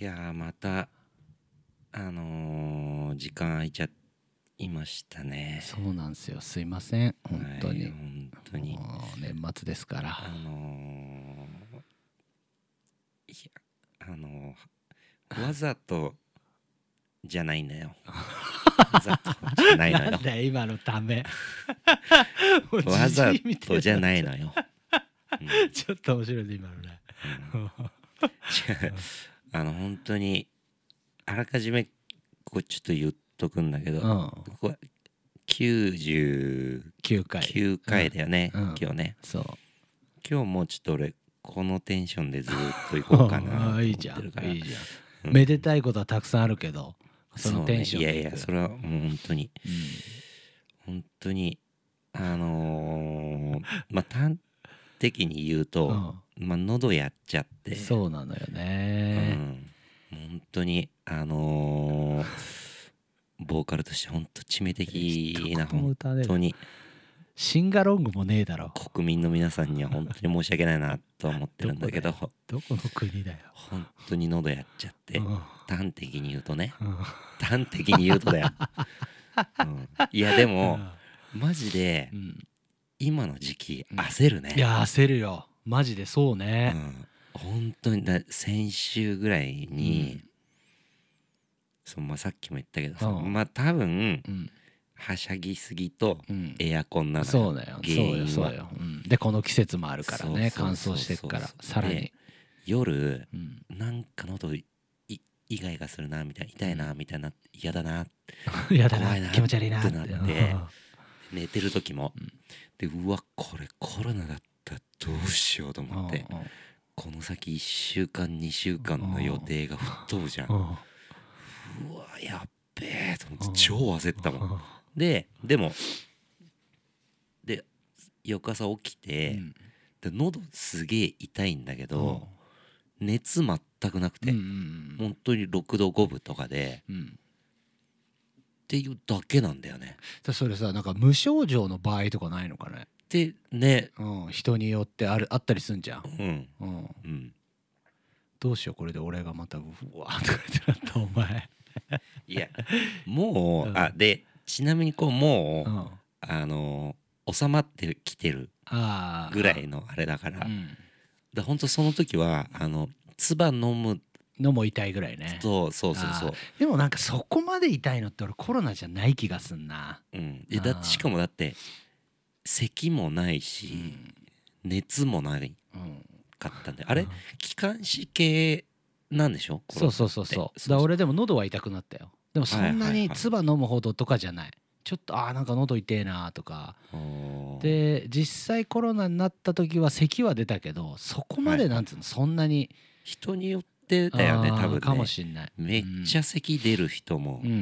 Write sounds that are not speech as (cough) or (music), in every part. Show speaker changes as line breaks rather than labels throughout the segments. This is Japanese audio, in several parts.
いやーまたあのー時間空いちゃいましたね
そうなんですよすいません本当に、
はい、本当に
もう年末ですから
あのーいやあのーわざとじゃないんだよわざとじゃないの
(laughs) な
よ
んだよ今のため
(laughs) わざとじゃ
い
ないのよ、 (laughs) うん
ちょっと面白いね今のね
うん違うあの本当にあらかじめこうちょっと言っとくんだけど、
うん
ここ99
9回
回だよね、
うんうん
今日ね
そう
今日もうちょっと俺このテンションでずっと行こうかなと思っ
あ
て
いいじゃん
るから
いいじゃ
うん
んめでたいことはたくさんあるけどその
うね
テンション
いや
で
い
いく
やそれはもう本当に
うん
本当にあのーまあ端的に言うと、まあ喉やっちゃっ
う
て
んそうなのよね
うん、本当にあのーボーカルとして本当致命的な
一言も
本
歌わねえな
当に
シンガロングもねえだろ
国民の皆さんには本当に申し訳ないなとは思ってるんだけど
どこの国だよ
本当に喉やっちゃって
うんうん
端的に言うとね端的に言うと
(laughs)
だよ、うん、いやでもマジで
うん
今の時期焦るね、
いや焦るよマジでそう
う
ね
ん、本当にだ先週ぐらいに、そうまあ、さっきも言ったけどさ、
うん
まあ多分
うん
はしゃぎすぎと
うん
エアコンなのよ
そうだよ
原
そう
因
よ
は
そうようんでこの季節もあるから
そ
ね
うそ
乾
うそうそう
燥してくからさらに
で夜
うん
なんか喉いイガイガするなみたいな痛いなみたいな嫌だな
(laughs) やだ
怖いな
な気持ち悪いな
ってなって寝てる時も、でうわこれコロナだったらどうしようと
うん
思ってこの先1週間2週間の予定が吹っ飛ぶじゃん
う
うん
うん
わやっべえと思って
うん
超焦ったもんででもで翌朝起きて、
うん
で喉すげえ痛いんだけ
うん
ど、熱全くなくて、
うんうんうん
本当に6度5分とかで
うん
っていうだけなんだよね。
でそれさなんか無症状の場合とかないのかね
でね
うん人によってあるあったりすんじゃん
うん
うん
うん
どうしようこれで俺がまたうわーとか言ってなったお前
いやもう、
(laughs) うん
あでちなみにこうもう、
うんあ
あの収まってきてる
あ
ぐらいのあれだから、
うん
で本当その時はあの唾飲む
のも痛いぐらいね
とそうそうそう
あ、でもなんかそこまで痛いのって俺コロナじゃない気がすんな、
うん、でだ
あー
しかもだって咳もないし、熱もない
うん、
かったんであれ気管支系なんでしょ
そうそうそうそうだ
コロナ
か
って
ら俺でも喉は痛くなったよでもそん
はい
な
はい
に
はい
唾飲むほどとかじゃないちょっとあーなんか喉痛えなとか
で
で実際コロナになった時は咳は出たけどそこまでなんつうのそんなに
人によってだよね
あー
多分ね
かもしんない
めっちゃ咳出る人も
うんうん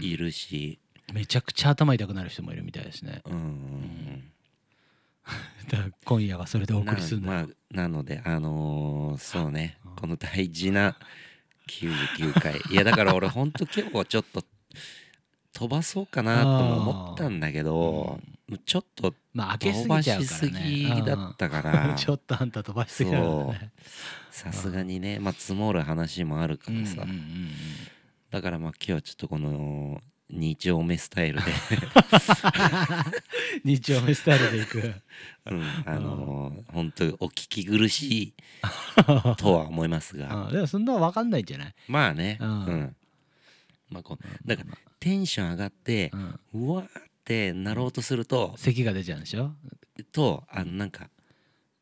うん
いるし、
うんめちゃくちゃ頭痛くなる人もいるみたいで
(laughs)
すね
うんうん
だから今夜はそれで
う
お
ん、な
送りするんだ
まあなのであのーそうね
うん
この大事な99回いやだ
(laughs)
から俺ほんと今日はちょっと飛ばそうかなとも思ったんだけどちょっと
まあ開けす
飛
ぎ
ば
ちゃう
し
から
す
ね
ぎだったか
うんうん (laughs)
ら
ちょっとあんた飛ばしすぎだからね
さすがにねまあ積もる話もあるからさ、
うんうんうんうん
だからまあ今日はちょっとこの2丁目スタイルで、
(laughs) 二丁目スタイルでいく
うん、あのー本当お聞き苦し
(laughs)
いとは思いますが
うんでもそんなの分かんないんじゃない、
まあね、う
うんん
まあ、こうだからテンション上がって
うん、
うわーってなろうとすると
咳が出ちゃうんでしょ
とあのなんか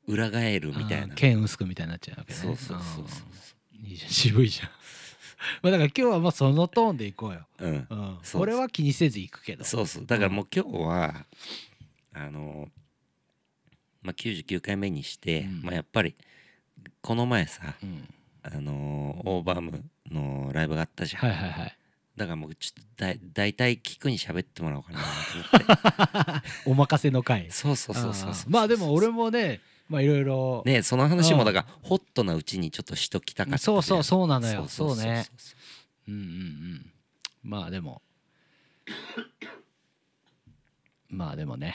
裏返るみたい
あ
な
ー。剣薄くみたいになっちゃうわけね
そうそうそうそ
うんいいじゃん渋いじゃんまあだから今日はもうそのトーンでいこうよ、
う、うん
う、ん、
そう
俺は気にせずいくけど
そうそうだからもう今日はあのまあ99回目にして、
うん
まあやっぱりこの前さ
うん、
あのオーバームのライブがあったじゃん、
はいはいはい
だからもうちょっとだい大体聞くに喋ってもらおうかなと思って
お任せの (laughs) 回
そうそうそうそうそう
あーまあでも俺もねまあいろいろ
ねその話
う
も
ん
だからホットなうちにちょっとしときたかった
そうそう
う
そうなのよそうね
そう
うんうんうんまあでもまあでもね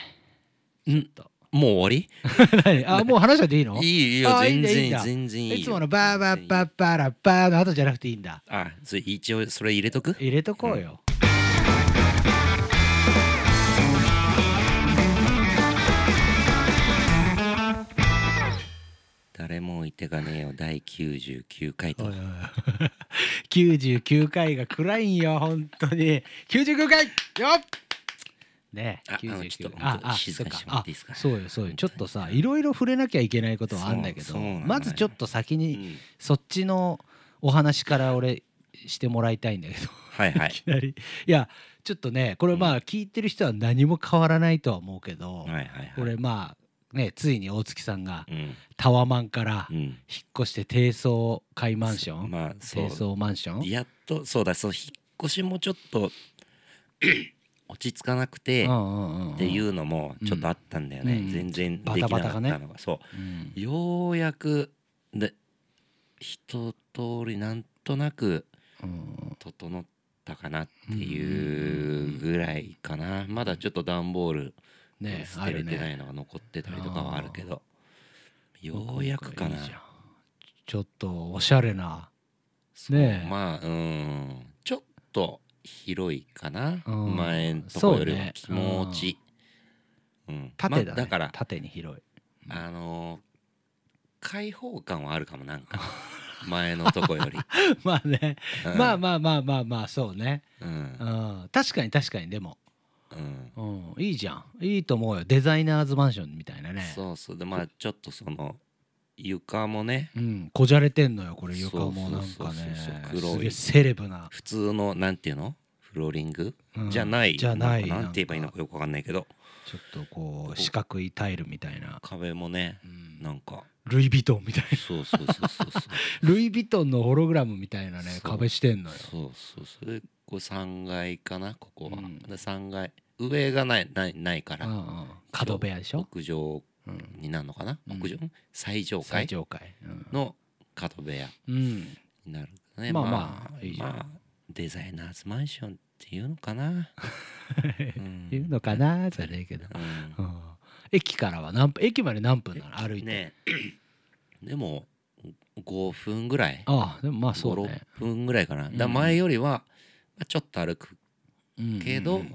うん
ちょっと
もう終わり
何あもう話はでいいの
いいよ
あい
全
いんだいいん
然
だ
全然いいよ
いつものバーバーバ
ー
ーバラバーの後じゃなくていいんだ
あそれ一応それ入れとく
入れとこうよ、
誰も置いてかねえよ第99回と
おいおい (laughs) おい99回が暗いんよ本当に99回よっねえ
ああのちょっ
99
と
あ
本当
あ
に静かにしてもらっていいですか
そっあそうよそうよちょっとさいろいろ触れなきゃいけないことはあんだけ
そ
ど
うそうなのよ
まずちょっと先
う
に
ん
そっちのお話から俺してもらいたいんだけど (laughs)
はいはい
いきなりいやちょっとねこれまあ聞いてる人は何も変わらないとは思うけど、
はいはいはい
俺まあねついに大月さんが
うん
タワマンから
う
引っ
ん
越して低層階マンション、
まあそ
低
う
層マンション
やっとそうだその引っ越しもちょっと (clears throat) 落ち着かなくて
っ、
っていううのもちょっとあったんだよね、
うん
全然で
バ
きな
タ
か
バ
っ
タ
た
が
の
ね
がそう
うん
ようやくで一通りなんとなく
うん
整ったかなっていうぐらいかなまだちょっと段ボール
ね
捨
あ
てれ
る
てな
ね
いのが残ってたりとかはあるけどようやくかない
いじゃんちょっとおしゃれなねえ
まあうんちょっと広いかな
うん
前んとこよ
そう
り
ね
気持ちうんま
縦だ,、ね
あだから
縦に広い (laughs)
あのー開放感はあるかもなんか前のとこより
まあね、
うん
(laughs) まあまあまあまあまあそうね、
うん
うん、確かに確かにでも、
うん
うん、いいじゃんいいと思うよデザイナーズマンションみたいなね
そうそうでまあちょっとその床もね
うん、こじゃれてんのよこれ床もなん
そうそ
か
うそう
ね
そう黒い
すげえセレブな、
普通のなんていうのフローリング、
うん
じゃない
じゃない
んかんて言えばいいの
なん
かよくわかんないけど
ちょっとこう四角いタイルみたいな、
壁もね
うん
なんか
ルイ・ヴィトンみたい
(laughs)
な
そうそうそう
(laughs)
そうそう
ルイ・ヴィトンのホログラムみたいなね
そう
壁してんのよ
そうそうそれこれ3階かなここは、
うん
で3階上がないないないか
うんう
ら
ん角部屋でしょ、
屋上
うん、
になるのかな、
うん
屋上最上
最
階
上階、うん
の角部屋
うん、
になるね
まあまあいいじゃん
まあデザイナーズマンションっていうのか
(laughs)
な、うん
いうのかなじゃねえけど、
うん
うん、駅からは何分駅まで何分なの歩いて、
ね (clears throat) でも5分ぐらい
ああでもまあそうね、
56分ぐらいかな、だから
うん
前よりはまあちょっと歩く
うん
けど、
うん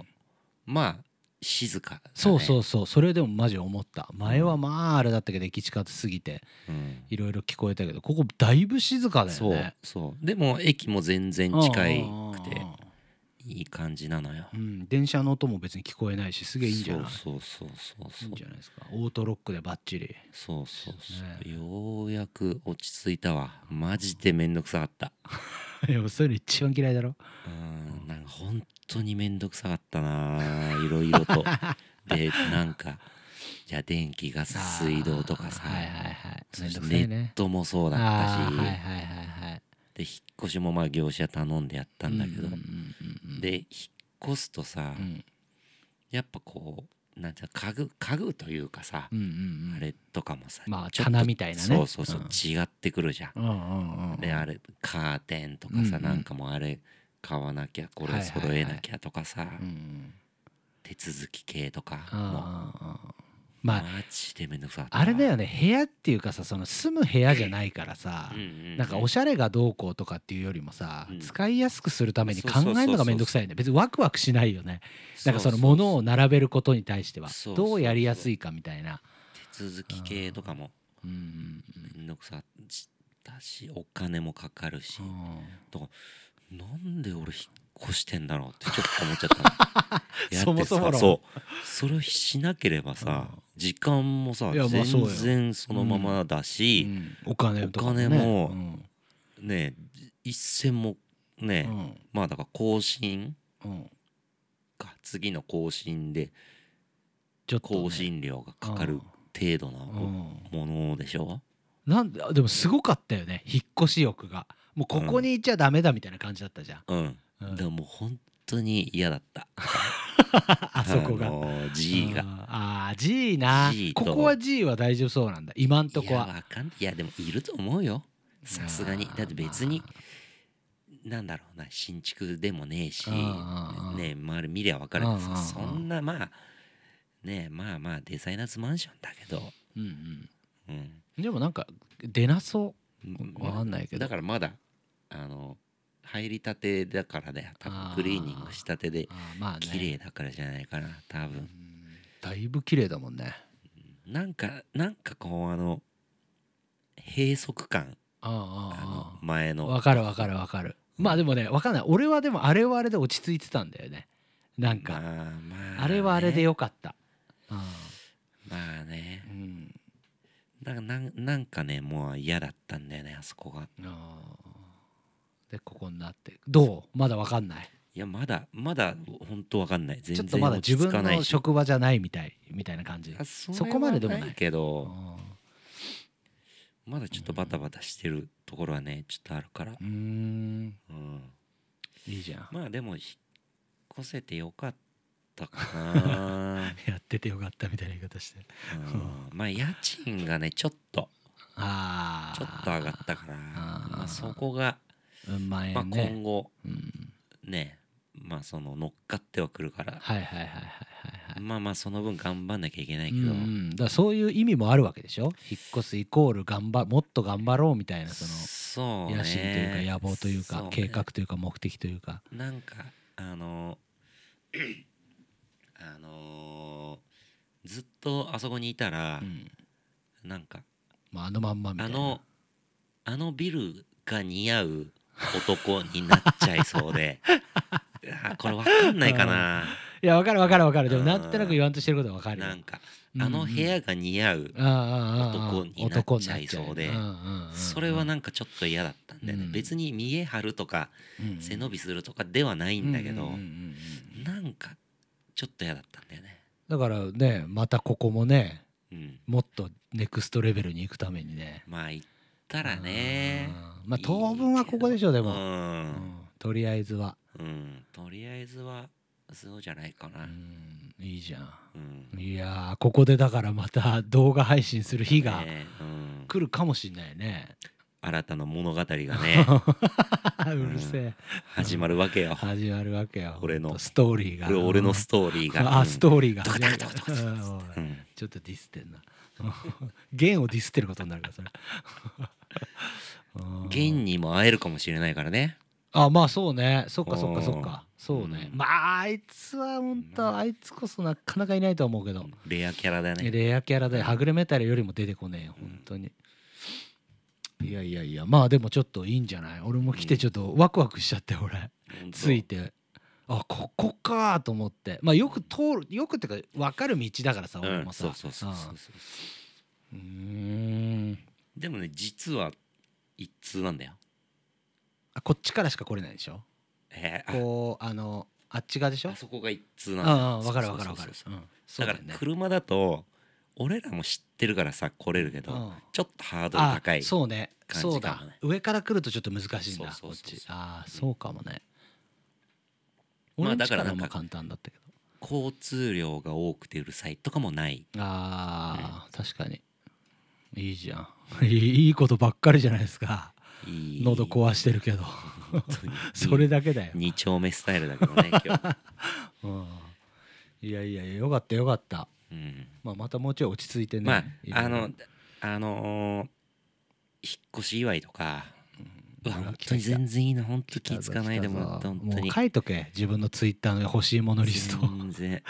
まあ静かだね、
そうそうそうそれでもマジ思った前はまああれだったけど駅近すぎて
うん、
いろいろ聞こえたけどここだいぶ静かだよ
そう
ね
そうでも駅も全然近くて
うん
いい感じなのよ
うん電車の音も別に聞こえないしすげえいいんじゃない
そうそうそう
い
そ
い
うん
じゃないですかオートロックでバッ
(laughs)
チリ
そうそうそう、
ね
ようやく落ち着いたわマジでめんどくさかった
でもそういうの一番嫌いだろ
うんなんか本当にめんどくさかったないろいろ
(laughs)
とでなんかじゃあ電気ガス水道とかさ
はいはいはい
そ
めん
して
ど
ネ
くさいね
ットもそうだった
あ
し
ーはいはいはいはい
で引っ越しもまあ業者頼んでやったんだけど、
うんうんうんうん
で引っ越すとさ、
うん
やっぱこうなんていうの家具家具というかさ、
うんうんうん
あれとかもさ
まあ
ちょっと
棚みたいなね
そうそうそう、
うん
違ってくるじゃん。
うんうんうん
であれカーテンとかさ、
うんうん
なんかもうあれ買わなきゃこれ
はいはいはい
揃えなきゃとかさ、
うんうん
手続き系とか
あー
もう
あーまあ
マジでめんどくさかったな
あれだよね部屋っていうかさその住む部屋じゃないからさ
うんうん
なんかおしゃれがどうこうとかっていうよりもさ、
うん
使いやすくするために
そうそ
考
うそうそう
えるのがめんどくさいね別にワクワクしないよねなんかそ
う
の
うう
物を並べることに対しては
そうそうそう
どうやりやすいかみたいな
手続き系とかも
うん
めんどくさかったしお金もかかるし、なんで俺引っ越してんだろうってちょっと思っちゃ
(laughs)
ったのやってさ
そもそも論
そうそれをしなければさ、
うん
時間もさ
いやまあそ
全
うよ
然そのままだ
う
し、
んお金とかね
お金も
うん
ね一銭もね、まあだから更新
うんうん
か次の更新で
ちょっとね
更新料がかかる程度
う
の
ん
ものでしょ、
なんであでもすごかったよね引っ越し欲がもうここにいちゃダメだみたいな感じだったじゃん、
うん
うん
だからもう本当に嫌だった
あそこが
のー G が。
あー G な
G と
ここは G は大丈夫そうなんだ今んとこ
いや
は
わかんないいやでもいると思うよさすがにだって別になんだろうな新築でもねえし
うんうんうん
ねえ周り見りゃわかるけど
うんうんう
さ
ん
そんなまあねまあまあデザイナーズマンションだけど、
うん
うん、
うん、でもなんか出なそわかんないけど
だからまだあの入りたてだからね多分
あー
クリーニングしたてで
うあーまあね
綺麗だからじゃないかな多
う
分
んだいぶ綺麗だもんね
なんかなんかこうあの閉塞感
ああ
あ
あ
の前
あああ
の
わかるわかるわかるまあでもねわかんない俺はでもあれはあれで落ち着いてたんだよねなんか、
まあまあ
あれはあれで
ね
よかった、あ
まあ
あ
ね
うん
だからなんなんかねもう嫌だったんだよねあそこが
あーでここになってどうまだわかんない
いやまだまだ本当わかんない
ちょ
全
っと
然
まだ
落
自
ち着
分
かない
の
し
職場じゃないみたいみたいな感じ
あ
そ
れは
こまででもない
け
あ
ど
ー
まだちょっとバタバタしてるところはねちょっとあるから
うーん
うん
いいじゃん、
まあでも引っ越せてよかったか
(laughs)
な
やっててよかったみたいな言い方して
うんまあ家賃がねちょっと
ああ
ちょっと上がったから
あー
まあ、そこが、
うんまい
まあ、今
ね、
後
うん、
ねまあその乗っかってはくるから
はいはいはいはいはいはい
まあまあその分頑張んなきゃいけないけ
う
ど、
ん、だからそういう意味もあるわけでしょ引っ越すイコール頑張もっと頑張ろうみたいなそ
そう
の
ね
野心というか野望という
そ
か
ね
計画というか目的というか
なんかあの (clears throat) あのずっとあそこにいたら
う、ん
なんか
まああのまんまみた
あ
いな
のあのビルが似合う男になっちゃいそう
(laughs)
であこれわかんないかな
いやわかるわかるわかるでも
うん
なんとなく言わんとしてることはわかるよ
なんか
うんうん
あの部屋が似合う
ああああああ
男になっちゃいそうで
男になっちゃうよんんんん
それはなんかちょっと嫌だったんだよね
うん
別に見栄張るとか
うんうん
背伸びするとかではないんだけ
う
ど
んうんうんうん
なんかちょっと嫌だったんだよね
だからねまたここもね
うん
もっとネクストレベルに行くためにね
まあ行ったらね
うんまあ当分はここでしょで
う
も、うん
ん
とりあえずは、
うんとりあえずはそうじゃないか
う、
なん
いいじゃん
うん
いやーここでだからまた動画配信する日が
ねうん
来るかもしんないね
新たな物語が
(laughs)
ね
うるせえ、
始まるわけよ。
始まるわけよ
俺の
ほんとストーリーが
これ俺のストーリー
うん
が。
あストーリーが
ド
始
カ
ま
ド
る
カドカドカドカう
うんおい
んうん
ちょっとディスってんな (laughs) 弦をディスってることになるからそれうん
現にも会えるかもしれないからね。
あまあそうねそっかそっかそっかそうね、
うん
まああいつは本当あいつこそなかなかいないと思うけど、
レアキャラだね。
レアキャラではぐれメタルよりも出てこねえよ本当に、いやいやいやまあでもちょっといいんじゃない俺も来てちょっとワクワクしちゃって俺
ほんと
ついてあここかと思ってまあよく通るよくってか分かる道だからさ
う
俺
ん
もさ
そうそうそうそうそう。
うんうーん
でもね、実は一通なんだよ。
あこっちからしか来れないでしょ
えー
こうあのあっち側でし
あ
ょ
あそこが一通なんだよ
ああ分かる分かる分かる
そうそうそう
うん
そ
そうう
だか
だからら
車だと、俺らも知ってるからさ、来れるけど、ちょっとハードル高い。
そうね
感じかも
そう
ね
だ上から来るとちょっと難しいんだ
そ
こ
うそうそ
っ
うそう
ちああそうかもね
まあ
俺の
だから
力
なん
も
か
簡単だったけど
交通量が多くてうるさいとかもない。
あー確かにいいじゃん (laughs) いいいいことばっかりじゃないですか
いい
喉壊してるけど (laughs) それだけだよ、
二丁目スタイルだけどね、今
(laughs)
日。
うん、いやいやいやよかったよかった、
うん
まあ、またもうちょい落ち着いてね
まあ
いろいろ
あのあのー引っ越し祝いとか、うわ
ほら
本
来
当
た
に
来た
全然いいの本当
来
気
たぞ
つかないでもら
来
ったた
ぞ
本当
も
に
う書いとけ自分のツイッターの欲しいものリス (laughs) ト
全然
引っ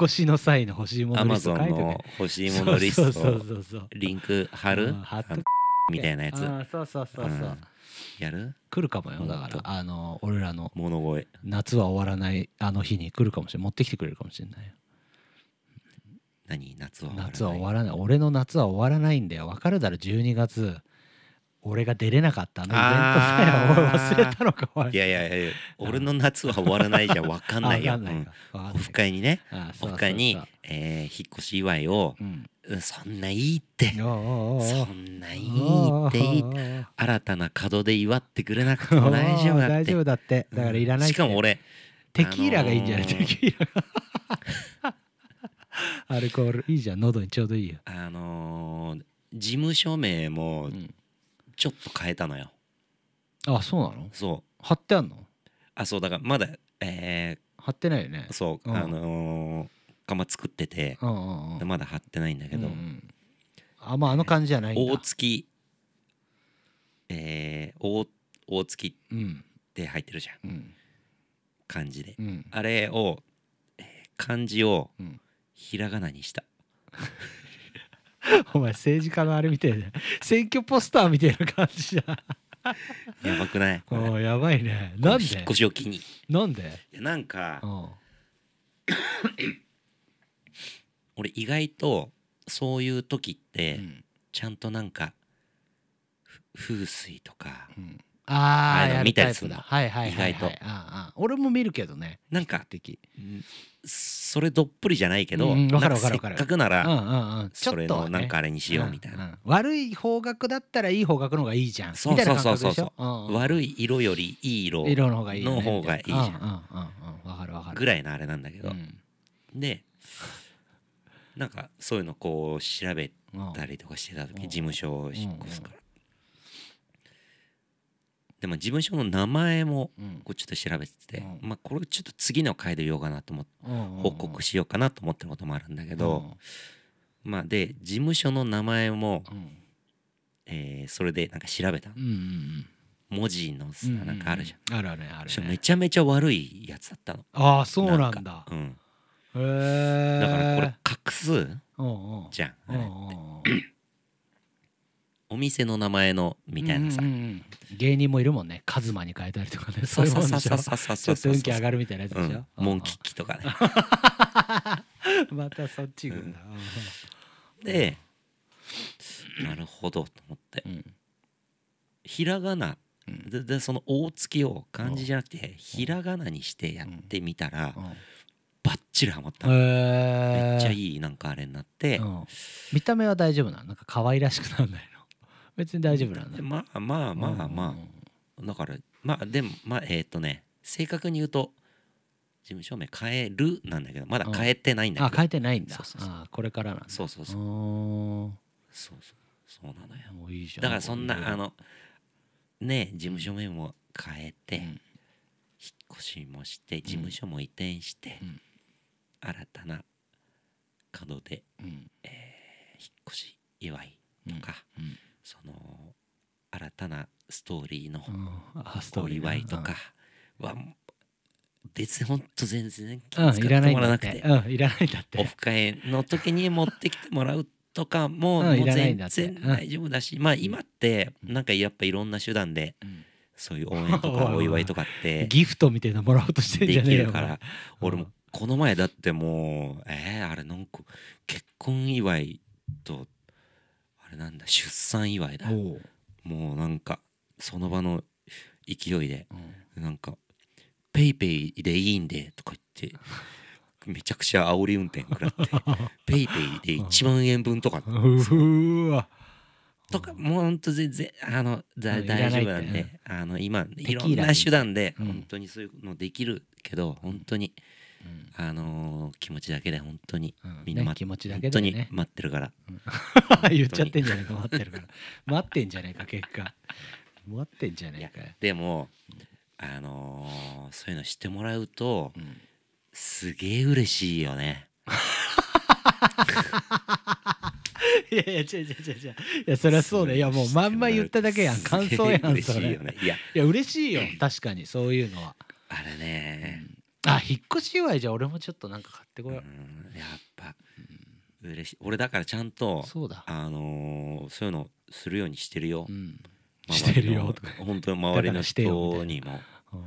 越しの際の欲しいも
ア
のリ
マ
スト
ゾ
書
ン
いとけ
の欲しいものリス
そう
ト
そうそうそう
リンク貼
う
る
ん貼っと
あの
く
みたいなやつ
あーそうそうそうそう、
うんやる
来るかもよだか
ほ
ら
んと
あの俺らの
物声
夏は終わらないあの日に来るかもしれない持ってきてくれるかもしれないよ
何夏は終わらない
夏は終わらない俺の夏は終わらないんだよわかるだろ12月俺が出れなかったあのイベント
あー
さえおい忘れたのかおい
いやいやいや俺の夏は終わらないじゃわかんないよ
あわかんないか
うん
わか
オ
んない
フ会にね
あーそ
オ
うそうそう
フ会にえー引っ越し祝いを
うん
うんそんないいって
おうおうおう
そんないいっていいって
おうおうおう
新たな門で祝ってくれなくても大丈夫だっ
大
て
丈夫だってだからいらないって
しかも俺
テキーラがいいんじゃない、
あのー
テキーラが (laughs) アルコールいいじゃん喉にちょうどいいよ、
あのー事務所名も
うん
ちょっと変えたのよ
あそうなの
そう
貼ってあんの
あそうだからまだえ
貼ってないよね
ーそう
うん
あのー袴作ってて
うんうんうん
でまだ貼ってないんだけど、
うんうんあまああの感じじゃないんだ
大月えー、大大月っ
うん
て入ってるじゃん
うん
漢字で
うん
あれを、えー漢字を
うん
ひらがなにした
お前政治家のあれみたいな選挙ポスターみたいな感じだ
やばくないこれ
おうやばいねなんで
引っ越しを機にい
なんで
やなんか
うん
俺意外とそういう時って、
うん
ちゃんとなんかふ風水とか
うんあ
ああい
あ
うの
やる
見た
タ
り
イ
す
プ
るの
だはいはいはい
意外
はい
と
ああ俺も見るけどね
なんか
的
んそれどっぷりじゃないけど、
うんうん
な
わ
ん
かる
か
わか
せ
る
っ
わかる
かくな
うんう
ら
んうんちょ
そ
っ
れ
とは
のなん
ね
かあれにしようみたい
うん
な、
うん悪い方角だったらいい方角の方がいいじゃん
そうそうそうそうそう
みたいな感覚でしょうんうん
悪い色よりいい色
色の方がいいよね
の方がいいじゃん
みたなうんうんうんうんわかるわかる
ぐらいのあれなんだけど、
うん
でなんかそういうのこう調べ
うん
たりとかしてた時
うん
事務所を引っ越すから、でも事務所の名前も
うん
こうちょっと調べてて、
うん
まあこれちょっと次の回で言おうかなと思って
うん
報告しようかなと思ってることもあるんだけど、まあで事務所の名前も、
うんうん
えーそれでなんか調べたの
うんうん
文字のさ
うんう
なんかあるじゃん、
んあるあるねあ
そした
る
ら
ね
めちゃめちゃ悪いやつだったの
ああそうなん
な
だ
かうん、
へえ
だからこれ画数
うんうん
じゃんあ
うん
れ
うん
お店の名前のみたいなさ、
うんうんうん芸人もいるもんねカズマに変えたりとかね
(laughs) そ
そうういう
そ
も
うん
でし
そう
ょ
そうそうそう
ち
そ
ょ
う
っと運気上がるみたいなやつ
う
でしょ
ん、モンキッキとかね
またそっち行くんだ
でなるほどと思って
うん
ひらがな
うん
ででその大月を漢字じゃなくてひらがなにしてやってみたら
うん
バッチリハマったのめ
め
っちゃ
い、
いいなんかあれになって
うん見た目は大丈夫なのなんか可愛らしくなんないの (laughs) 別に大丈夫なの
でまあまあまあまあだからまあでもまあえーっとね正確に言うと事務所名変えるなんだけどまだ変えてないんだ
あ
け
変え
ど
てないんだ
そうそうそう
あこれからなんだ
そうそうそう
うーん
そうそうそうなのよ
もういいじゃん
だからそん
いろい
な
ろ
あのね事務所名も変えて
うん
引っ越しもして事務所も移転して
うん
新たな門で
うん
引っ越し祝い
うん
とか
うん
その新たなストーリーの
うんあスト
お
ーリーな
祝いとかは別にほんと全然気
うん
を
う
使っ
んい
て
らない
も
ん
らわ
だ
な
っ
くて
てうんいらないんだっ
オ
て
フ会の時に持ってきてもらうとかも
うん
もう
いらない
全
んだって
然大丈夫だしまあ今ってなんかやっぱいろんな手段で
うん
そういう応援とかお祝いとかって
(laughs) ギフトみたいなのもらおうとしてんじ
で
ゃね
き
えよ
るから
お前
俺もこの前だってもうえーあれなんか結婚祝いとあれなんだ出産祝いだ
おう
もうなんかその場の勢いで
うん
なんか「ペイペイでいいんで」とか言ってめちゃくちゃ煽り運転食ら
(laughs)
って「ペイペイで1万円分とか」
うーわ
とかもうほんと全然あのだ
うんい
大
ら
丈
な
夫
いって
なんであの今いろ
テキ
ん
ーラ
な手段で
うん
本当にそういうのできるけど本当に
うん
あのー気持ちだけで本当に
うん
みんな
ね
待っ
気持ちだ
本
け
当
で
に
ね
待ってるから
(laughs) 言っちゃってんじゃねえか待ってる
(laughs)
から待ってんじゃねえか結果待ってんじゃねえかよ
でもあのーそういうのしてもらうと
うん
すげえ嬉しいよね
いやいや違う違う違う違ういやそりゃそうだよいやもうまんま言っただけやん感想やん
す
そ
げえ嬉しい
れ
よねいや
いや嬉しいよ確かにそういうのは
あれね
あ引っ越し祝いじゃあ俺もちょっとなんか買ってこ
う
ようん
やっぱ嬉しい俺だからちゃんと
そうだ
あのーそういうのするようにしてるよ
うん
周りの
してるよとか
本当に周りの
してよみたい
人
な
にも
うん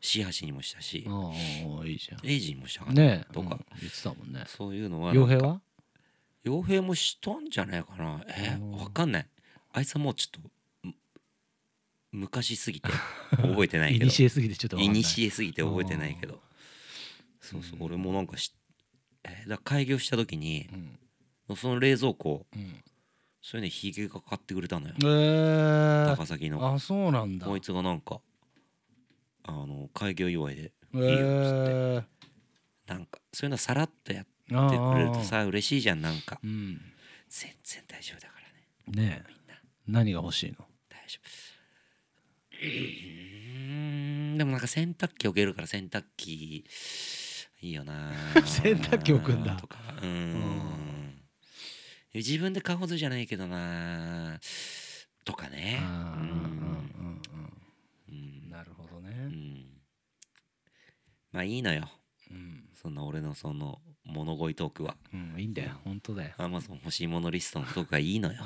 シハシにもしたし
ああいいじゃん
エイジにもしたから
ねえ
とか
うん言ってたもんね
そういうのはなんか
傭兵は
傭兵もしたんじゃないかなえ
うん
わかんないあいつはもうちょっとむ昔すぎて覚えてないけ
古
ど
すぎてちょっとわか
い
(laughs) んない
にしえすぎて覚えてないけどそうそう俺もなんかしえーだ開業した時に
うん
その冷蔵庫
うん
そういうねひげが買ってくれたのよ
えー
高崎の
あそうなんだ
こいつがなんかあの開業祝いで
え
いいよっつって
ー
なんかそういうのさらっとやっ
あ
て
あ
くれるとさ嬉しいじゃんなんか
うん
全然大丈夫だからね
ねえ何が欲しいの
大丈夫うーんでもなんか洗濯機置けるから洗濯機いいよな
(laughs) 洗濯機置くんだ
とかうん自分で買うほどじゃないけどなとかね
あーうんうん
う
うん
ん
なるほど
う
ね、
んまあいいのよ
うん
そんな俺のその物乞いトークは
うん、いいんだよ本当だよ、
アマゾン欲しいものリストのトークはいいのよ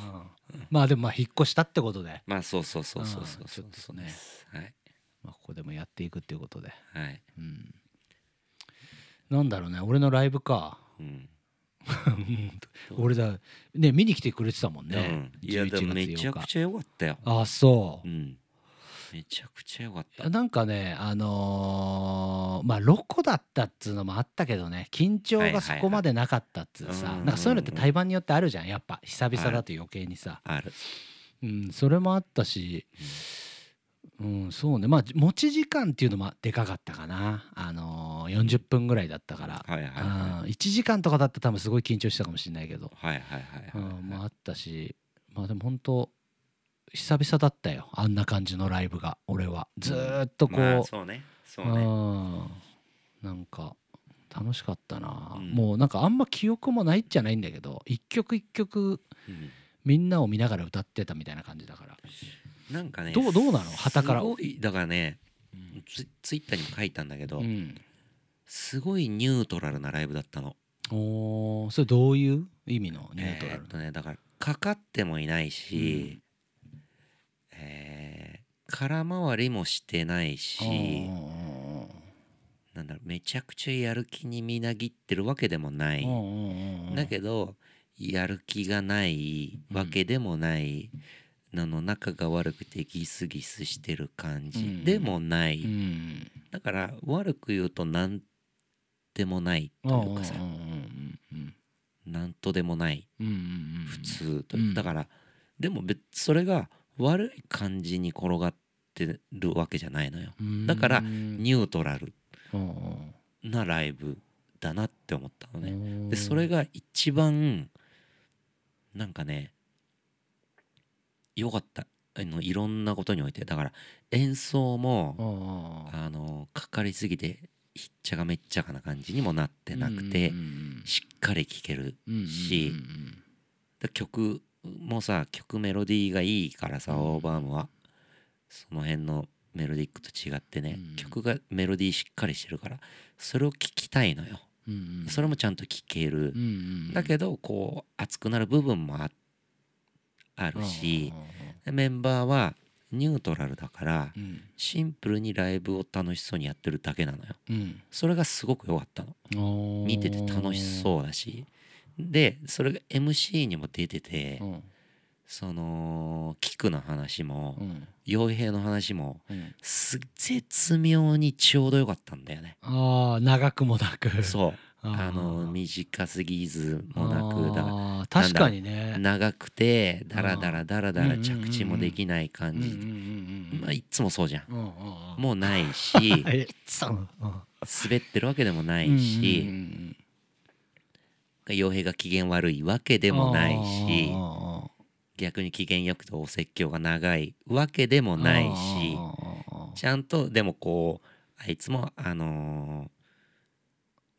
うんまあでもまあ引っ越したってことで、
まあそうそうそうそうそう
あー
そう
ちょっ
そ
と
う
ね
ですはい
まあ、ここでもやっていくっていうことで、
はい
うん、なんだろうね俺のライブ (laughs) か
うん
俺だね見に来てくれてたもんね
うん、いやで
11
もめ
月
ちゃく
8日
ちゃ良かったよ
あそううん
めちゃくちゃ良かった
なんかねあのーまあロコだったっつうのもあったけどね緊張がそこまでなかったっつう
はい
さ、
はいはい
なんかそういうのって対バンによってあるじゃんやっぱ久々だと余計にさ、
ある
うん、それもあったし、うん、そうねまあ持ち時間っていうのもでかかったかな、あのー、40分ぐらいだったから、
はいはいはい
うん、1時間とかだったら多分すごい緊張してたかもしれないけど、
はいはいはいはい
うん、もあったしまあでも本当久々だったよあんな感じのライブが俺はずーっとこう、
まあそうねそうね
うんなんか楽しかったな、
うん
もうなんかあんま記憶もないっちゃないんだけど一曲一曲
うん
みんなを見ながら歌ってたみたいな感じだから、
なんかね
どうどうなの旗から
すごいだからね
うん
ツイツイッターにも書いたんだけどすごいニュートラルなライブだったの
おーそれどういう意味のニュートラ
え
ル
ーっとねだからかかってもいないしえー空回りもしてないしなんだろうめちゃくちゃやる気にみなぎってるわけでもないだけどやる気がないわけでもない、なの仲が悪くてギスギスしてる感
う
じ
ん
でもない、
うん
だから悪く言うと何でもないというかさ何とでもない
普
普通と
うん
だからでも別それが悪い感じに転がってるわけじゃないのよだからニュートラルなライブだなって思ったのねでそれが一番なんかね良かったあのいろんなことにおいてだから演奏もあのかかりすぎてひっちゃかめっちゃかな感じにもなってなくてしっかり聴けるしで曲もさ曲メロディーがいいからさ
うん
オーバームはその辺のメロディックと違ってね
うん
曲がメロディーしっかりしてるからそれを聴きたいのよそれもちゃんと聴ける。だけどこう熱くなる部分もああるしメンバーはニュートラルだから
うん
シンプルにライブを楽しそうにやってるだけなのよ
うん
それがすごく良かったの
うん
見てて楽しそうだしでそれが MC にも出てて
うん
そのキクの話
う
も
ん
傭兵の話も
うん
す絶妙にちょうど良かったんだよね
ああ長くもなく
そう
あー
あの短すぎずもなくだから
あー確かにね
長くてダラダラダラダ
う
ラ
んうんうんう
着
ん
地もできない感
うんうん
じ
うんうん
まあいっつもそうじゃん
うんうんうん
もうない
(laughs)
し
えそう
滑ってるわけでもな
うん
いし傭兵が機嫌悪いわけでもないし
うんうん
逆に機嫌よくてお説教が長いわけでもないし
うん
ちゃんとでもこうあいつもあの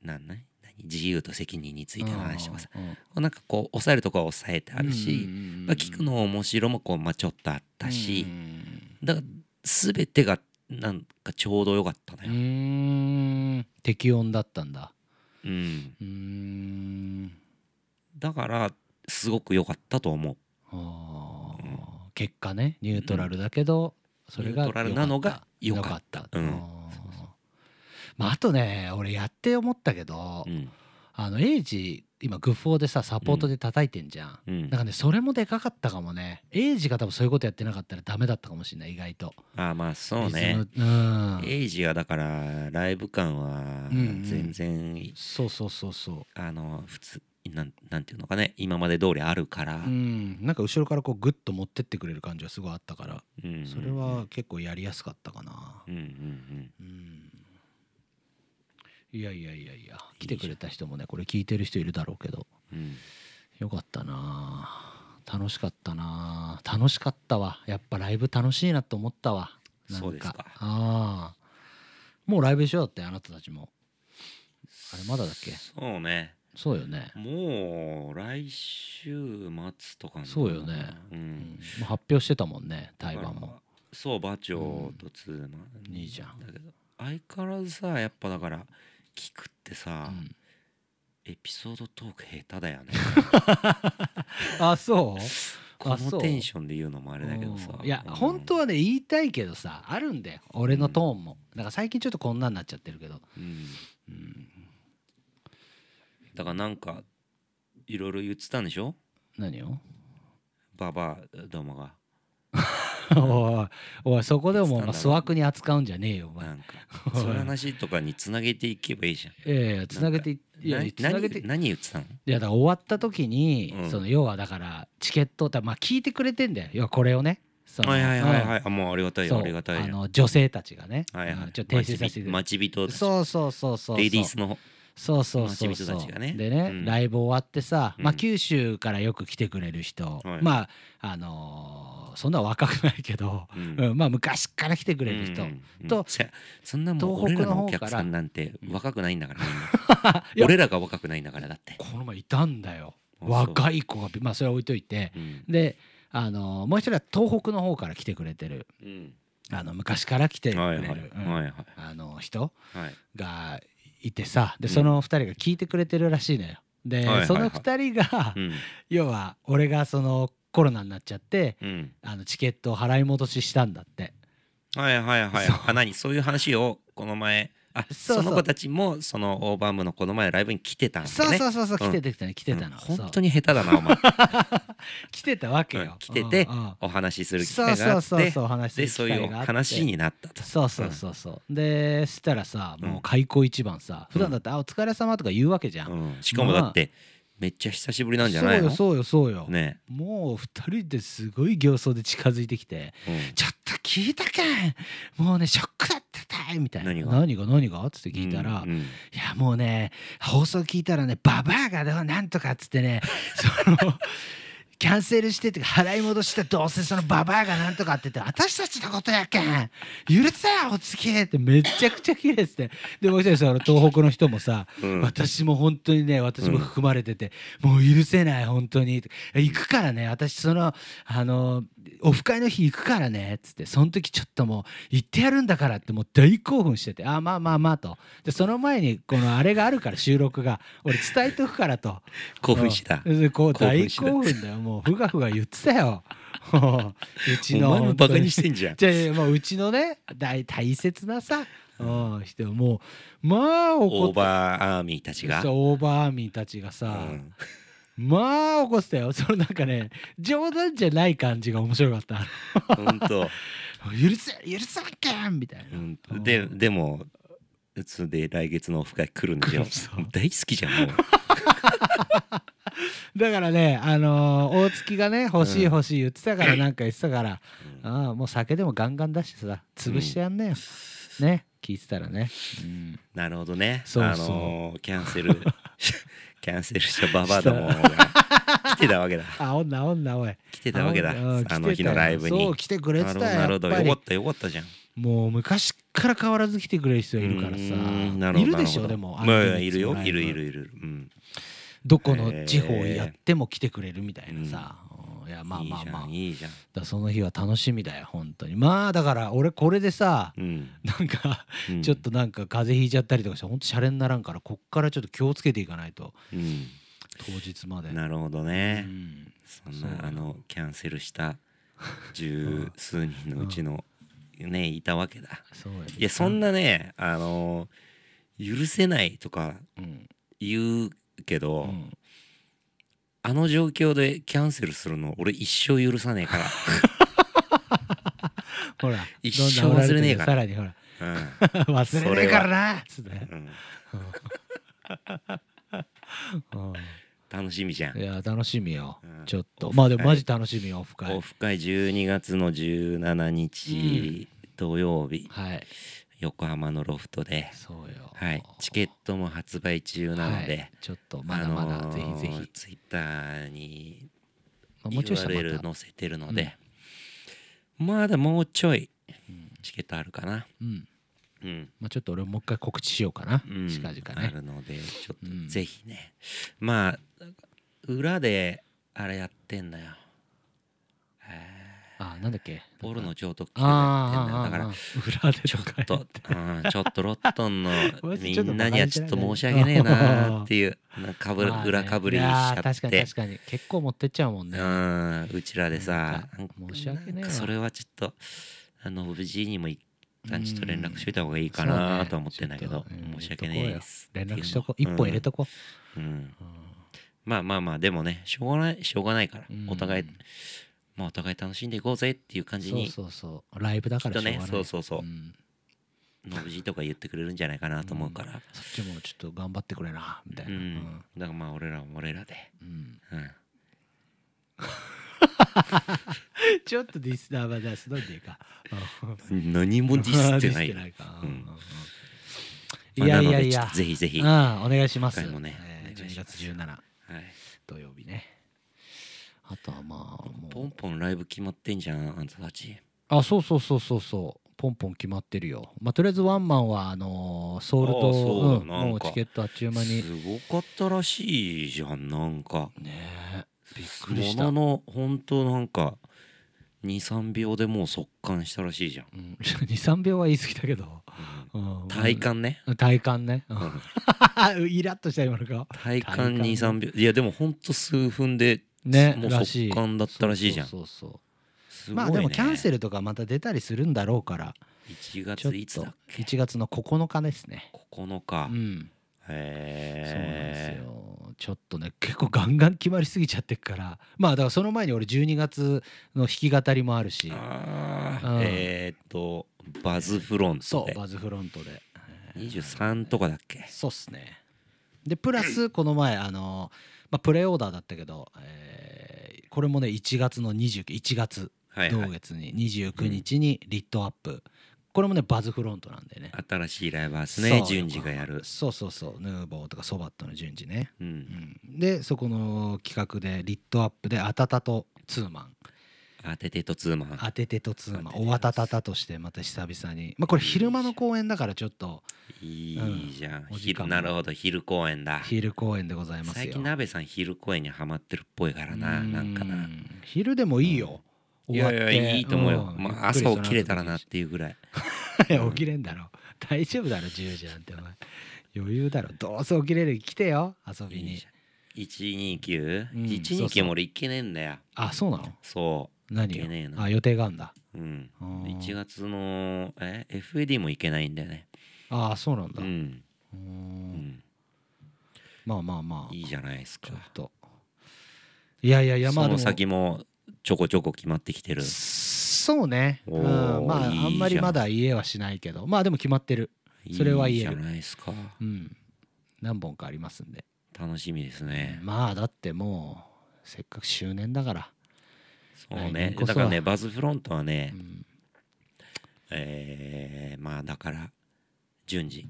ーなんない何自由と責任についての話とかさ
うんうん
なんかこう抑えるとこは抑えてある
う
し
んうんうん
まあ聞くの面白もこうまあちょっとあったし
うん
だから全てがなんかちょうど良かったの
うんう
よ。
んうーん適温だったんだ
うん、
うーん
だからすごく良かったと思う。
あー結果ねニュートラルだけど、それが
ニュートラルなのが
良
良
か
か
っ
ったたうん
あーまあ、あとね俺やって思ったけど、
うん
あのエイジ今グッフォーでさサポートで叩いてんじゃん、
うん
だからねそれもでかかったかもねエイジが多分そういうことやってなかったらダメだったかもしれない意外と
ああまあそうね
リ。ズムうん、
エイジはだからライブ感は
うんうん
全然、
そうそうそうそう
あの普通なんなんていうのかね今まで通りあるから、
うん、なんか後ろからこうグッと持ってってくれる感じはすごいあったから
うんうん
それは結構やりやすかったかな
うんうんうん
うんいやいやいやいや来てくれた人もねこれ聞いてる人いるだろうけど
うん
よかったな楽しかったな楽しかったわやっぱライブ楽しいなと思ったわなん
そうですか
ああもうライブしようだってあなたたちもあれまだだっけ
そうね
そうよね、
もう来週末とかになる
そうよね
う
うんん、もう発表してたもんね台湾
だか
も
らそう馬長とツーマン
いいじゃん
だけど相変わらずさやっぱだから聞くって
う
さ、
ん
エピソードトーク下手だ
(laughs)
よね
あそう
こ
そ
の
う
テンションで言うのもあれだけどさ
うんいや
うん
本当はね言いたいけどさあるんだよ俺のトーンも、だから最近ちょっとこんなんなっちゃってるけど、
うん
うん、
だからなんかいろいろ言ってたんでしょ
何を
ババアどもが
(laughs) おいおいそこでもお
言
前
ってたんだろ
粗悪に扱うんじゃねえよお前、
なんか
(laughs)
そういう話とかにつなげていけばいいじゃん
ええつなげていいや
な
つなげて
何何言ってたの
いやだから終わった時に、
うん
その要はだからチケットだまあ聞いてくれてんだよ要はこれをねその
はいはいはいはいいあもうありがたいよありがたい
あ
よ
の女性たちがね、
はいは
うん
い
ちょっと訂正させて
待ち人たち
そうそうそうそう
レディースの
そうそうそう
町
そ
人
う
たちがね
でね、
うん
ライブ終わってさ、
うん
まあ、九州からよく来てくれる人、
はい
まああのーそんな若くないけど、
う
うんんまあ、昔から来てくれる人、
うんうん
と
せそんなもう俺
東北
ら
の
のお
方か
客
ら
さんなんて若くないんだからみん
(laughs) い
な
や
俺らが若くないんだからだって
この前いたんだよ
あそう
若い子がびまあそれは置いといて
うん
で、あのーもう一人は東北の方から来てくれてる
うん
あの昔から来てく
はいは
れ
いはい
る、うん
はい
あのー人
はい
がいてさで
うん
その二人が聞いてくれてるらしいのよ。で、
はいはいはい
その二人が、
うん
要は俺がそのコロナになっちゃって
うん
あのチケットを払い戻ししたんだって
はいはいはい
そう
あ何そういう話をこの前あ
そうそ
そうの子たちもそのオーバームのこの前ライブに来てたんだね
そうそうそうそう
う
来
ん
てて来てたの来てたの
うん本当
に
に下手だなお前
来てたわけよ
うん来てて
うんうん
お話しする機
そう
会が
そ
あ
う
っ
そう
て
そうお話
ですそ
る
う
機
いう
会
お
があって
話になったと
そうそうそうそうでしたらさもう開口一番さ普段だってあお疲れ様とか言うわけじゃん
うんしかもだってめっちゃ久しぶりなんじゃないの
そうよそうよそうよ
ね
もう二人ですごい形相で近づいてきて
うん
「ちょっと聞いたけんもうねショックだったたい」みたいな
何が
何が何が?」っつって聞いたら
うんうん
いやもうね放送聞いたらねババアがどうなんとかっつってねそのキャンセルしてって払い戻してどうせそのババアがなんとかって言って私たちのことやけん許せよお付き合いってめちゃくちゃ綺麗ですねでもう一人その東北の人もさ、
うん
私も本当にね私も含まれてて、もう許せない本当に行くからね私そのあのオフ会の日行くからねっつってその時ちょっともう行ってやるんだからってもう大興奮しててあまあまあまあとでその前にこのあれがあるから収録が俺伝えとくからと
興奮してた
うんこう
興奮
大
してた
興奮だよもうふがふが言ってたよ (laughs) もううちの
お前もバカにしててんじゃん
じゃあいやまあうちのね大大切なさうん人もうまあ怒
オ
っ
ーバーアーミーたちが
そうオーバーアーミーたちがさ、
うん
まあ怒ってたよそのなんかね冗談じゃない感じが面白か
(laughs)
った
本当
許せ許さんけんみたいな、
うんででもそれで来月のオフ会来るんで
来るそう
大好きじゃんもう
だからねあのー大月がね欲しい欲しい言ってたからなんか言ってたから、
う
ああもう酒でもガンガン出してさ潰してやんねよ、ね聞いてたらね、うん、
なるほどね
そうそう
あのーキャン
(laughs)
セルキャンセルしたババアどもが来てたわけだ
あ女女おい
来てたわけだ
あ女
あの日のライブ
来てたよ
に
そう来てくれ
な
て
るほど
たよ
なるほど
やっぱ
よ
り
かったよかったじゃん
もう昔から変わらず来てくれる人がいるから
う
さ
ーんなるほ
い
ど
るでしょ
な
で
るほど
も
まあ
あの
いるよ
ライブ
いるいるいるうん
どこの地方やっても来てくれるみたいなさ、うんいやまあ
いい
まあ
じ
ま
ゃ
あ
んいいじゃん
だその日は楽しみだよ本当にまあだから俺これでさ (laughs)
うん
なんか
うん
(laughs) ちょっとなんか風邪ひいちゃったりとかしてほんとシャレにならんからこっからちょっと気をつけていかないと
うん
当日まで、
なるほどね
うん
そん
そうよ
なあのキャンセルした十数人のうちのねいたわけだ
そうや
いやそんなねあの許せないとか
うん
言うけど、
うん
あの状況でキャンセルするの俺一生許さねえか
ほら
一
どん
生
なおら
忘れね
て
え
る
から
さらにほら
ら、
忘れねえから (laughs) なつってね
うんうん
うん
楽しみじゃん
いや楽しみよ、
うん
ちょっと
オフ会
まあでもマジ楽しみよオフ会
オフ会12月の17日、土曜日
はい
横浜のロフトで、
そうよ
はい、チケットも発売中なので、
はいちょっとまだまだ、ぜひぜひ、
ツイッターに
まあ、もうちょいしたら
URL
また、
載せてるので、まだもうちょいチケットあるかな、
うん、
うん
まあ、ちょっと俺もう一回告知しようかな、
うん
近々
あ
ね
るのでちょっ
うん
とぜひね、まあ裏であれやってんだよえ
あなんだっけ
ーポルの超特急やってんだよだか
あーあーあ
ら
ー裏で
ち
と
ょ
(laughs) か
っと、うん、ちょっとロットンの
(laughs) こいつ
み
ちょっと
んなにはちょっと申し訳ねえなっていうなんかぶる
まあね
裏かぶりし
い
ち
やー
ゃっ
確かに
て
確かに結構持ってっちゃうもんね、
うんうちらでさ
なんか申し訳ねえわ
なんかそれはちょっとあの無事にも一旦ちょっと連絡しといた方がいいか
うんそう
な
ね
と思ってんだけど、
ちょっとうん
申し訳ねえです
連絡しとこう一本入れとこ
うんうん
う、
まあまあまあでもねしょうがないしょうがないから、
うん
お互いまあお互い楽しんでいこうぜっていう感じ
そう
に
そうそうライブだ
き
か
っ
ら
と
しょうが
ね
ない
そうそうそう、
ん
のぶじとか言ってくれるんじゃないかなと思うから、
そっちもちょっと頑張ってくれなみたい
うん
な、
だからまあ俺らも俺らで、
うんうん
う
(laughs)
ん、
ちょっとディスダーバーだすどんでいいか
何 (laughs) もディスってない。
(laughs) ディか
うん
いやいや
まあなので
い
ちょ
や
っとぜひぜひ。
うん
は
お願いします
今回もね
えー
お願い
12
しま
月
す
17
い。
土曜日ねあとはまあ
ポ
も
ンポンライブ決まってんじゃん、あんたたち。
うあそうそうそうそうそうポンポン決まってるよまあとりあえずワンマンはあのーソール
ああそうだ
ドうん
なんか
もうチケットあっちゅう間に
すごかったらしいじゃん、なんか。
ねえびっくり
も
した
の
(laughs)
の、本当なんか、2、3秒でもう速乾したらしいじゃん。
23秒は言い過ぎだけど、うん
体感ね。
体感ね、
(laughs)
うん
うん
イラッとした今の顔
体
体
感
感
2、3秒。いや、でもほんと数分で、
ね
もう
らしい
速乾だったらしいじゃん。
そうそうそう
すごいね。
まあでもキャンセ
ル。
ルとかまた出たりするんだろうから
1
ちょ
月
っ
いつ
と
だっけ
1月の9日ですね
?9
う
日。
んそうなんです
へえ。
よちょっとね結構ガンガン決まりすぎちゃってっからまあだからその前に俺12月の弾き語りもあるし
あ
う
ー
ん
えーっとバズフロント
そう
で
バズフロントで
23とかだっけ
そうっすねでプラスこの前あの、まあ、プレオーダーだったけど、えーこれもね1月の291月
はい、は
同
い、
月に29日にリットアップ、これもねバズフロントなんでね
新しいライバーです
そう
ね
横
順次が
浜
やる、
そうそうそうヌーボーとかソバットの順次ね、
う、
うんん、でそこの企画でリットアップであたたとツーマン
当ててとツーマン
あててとツーマ
あててとツーマ
ン
ン
おわたたたとしてまた久々にまあこれ昼間の公演だからちょっと
い
うん
いじゃん、
お時間
昼
も
なるほど昼公演だ
昼公演でございますよ
最近鍋さん昼公演にはまってるっぽいからななんか
う
なん
昼でもいいよ、
い
終わ
や
っ
い
て
やいいと思うよ、
うん
まあ、
ゆっくり
朝
その後
起きれたらなっていうぐらい
い (laughs) や起きれんだろ大丈夫だろ10時なんてお前余裕だろどうせ起きれる来てよ遊びに
いいじ129、
うんそうそ
129
う
も俺行けねえんだよ
あそうなの
そ
何
いけねえ
よ
な
あ予定があるんだ
ううん
あー
1月のえ FAD も行けないんだよね
ああそうなんだ、
う、
うん
う
ー、
んん、
まあまあまあ
いいじゃないです
ち
か
ょっといやいやいやまあ
そ
で
の
も
先もちょこちょこ決まってきてる
そうね、う
お
ん、
ー
まあ
いいじゃん
あんまりまだ言えはしないけどまあでも決まってるそれは言える
いいじゃないですか
うん何本かありますんで
楽しみですね
まあだってもうせっかく周年だから、
そう
来年
ね
こそは
だからねバズフロントはね
う、ん
えーまあだから順次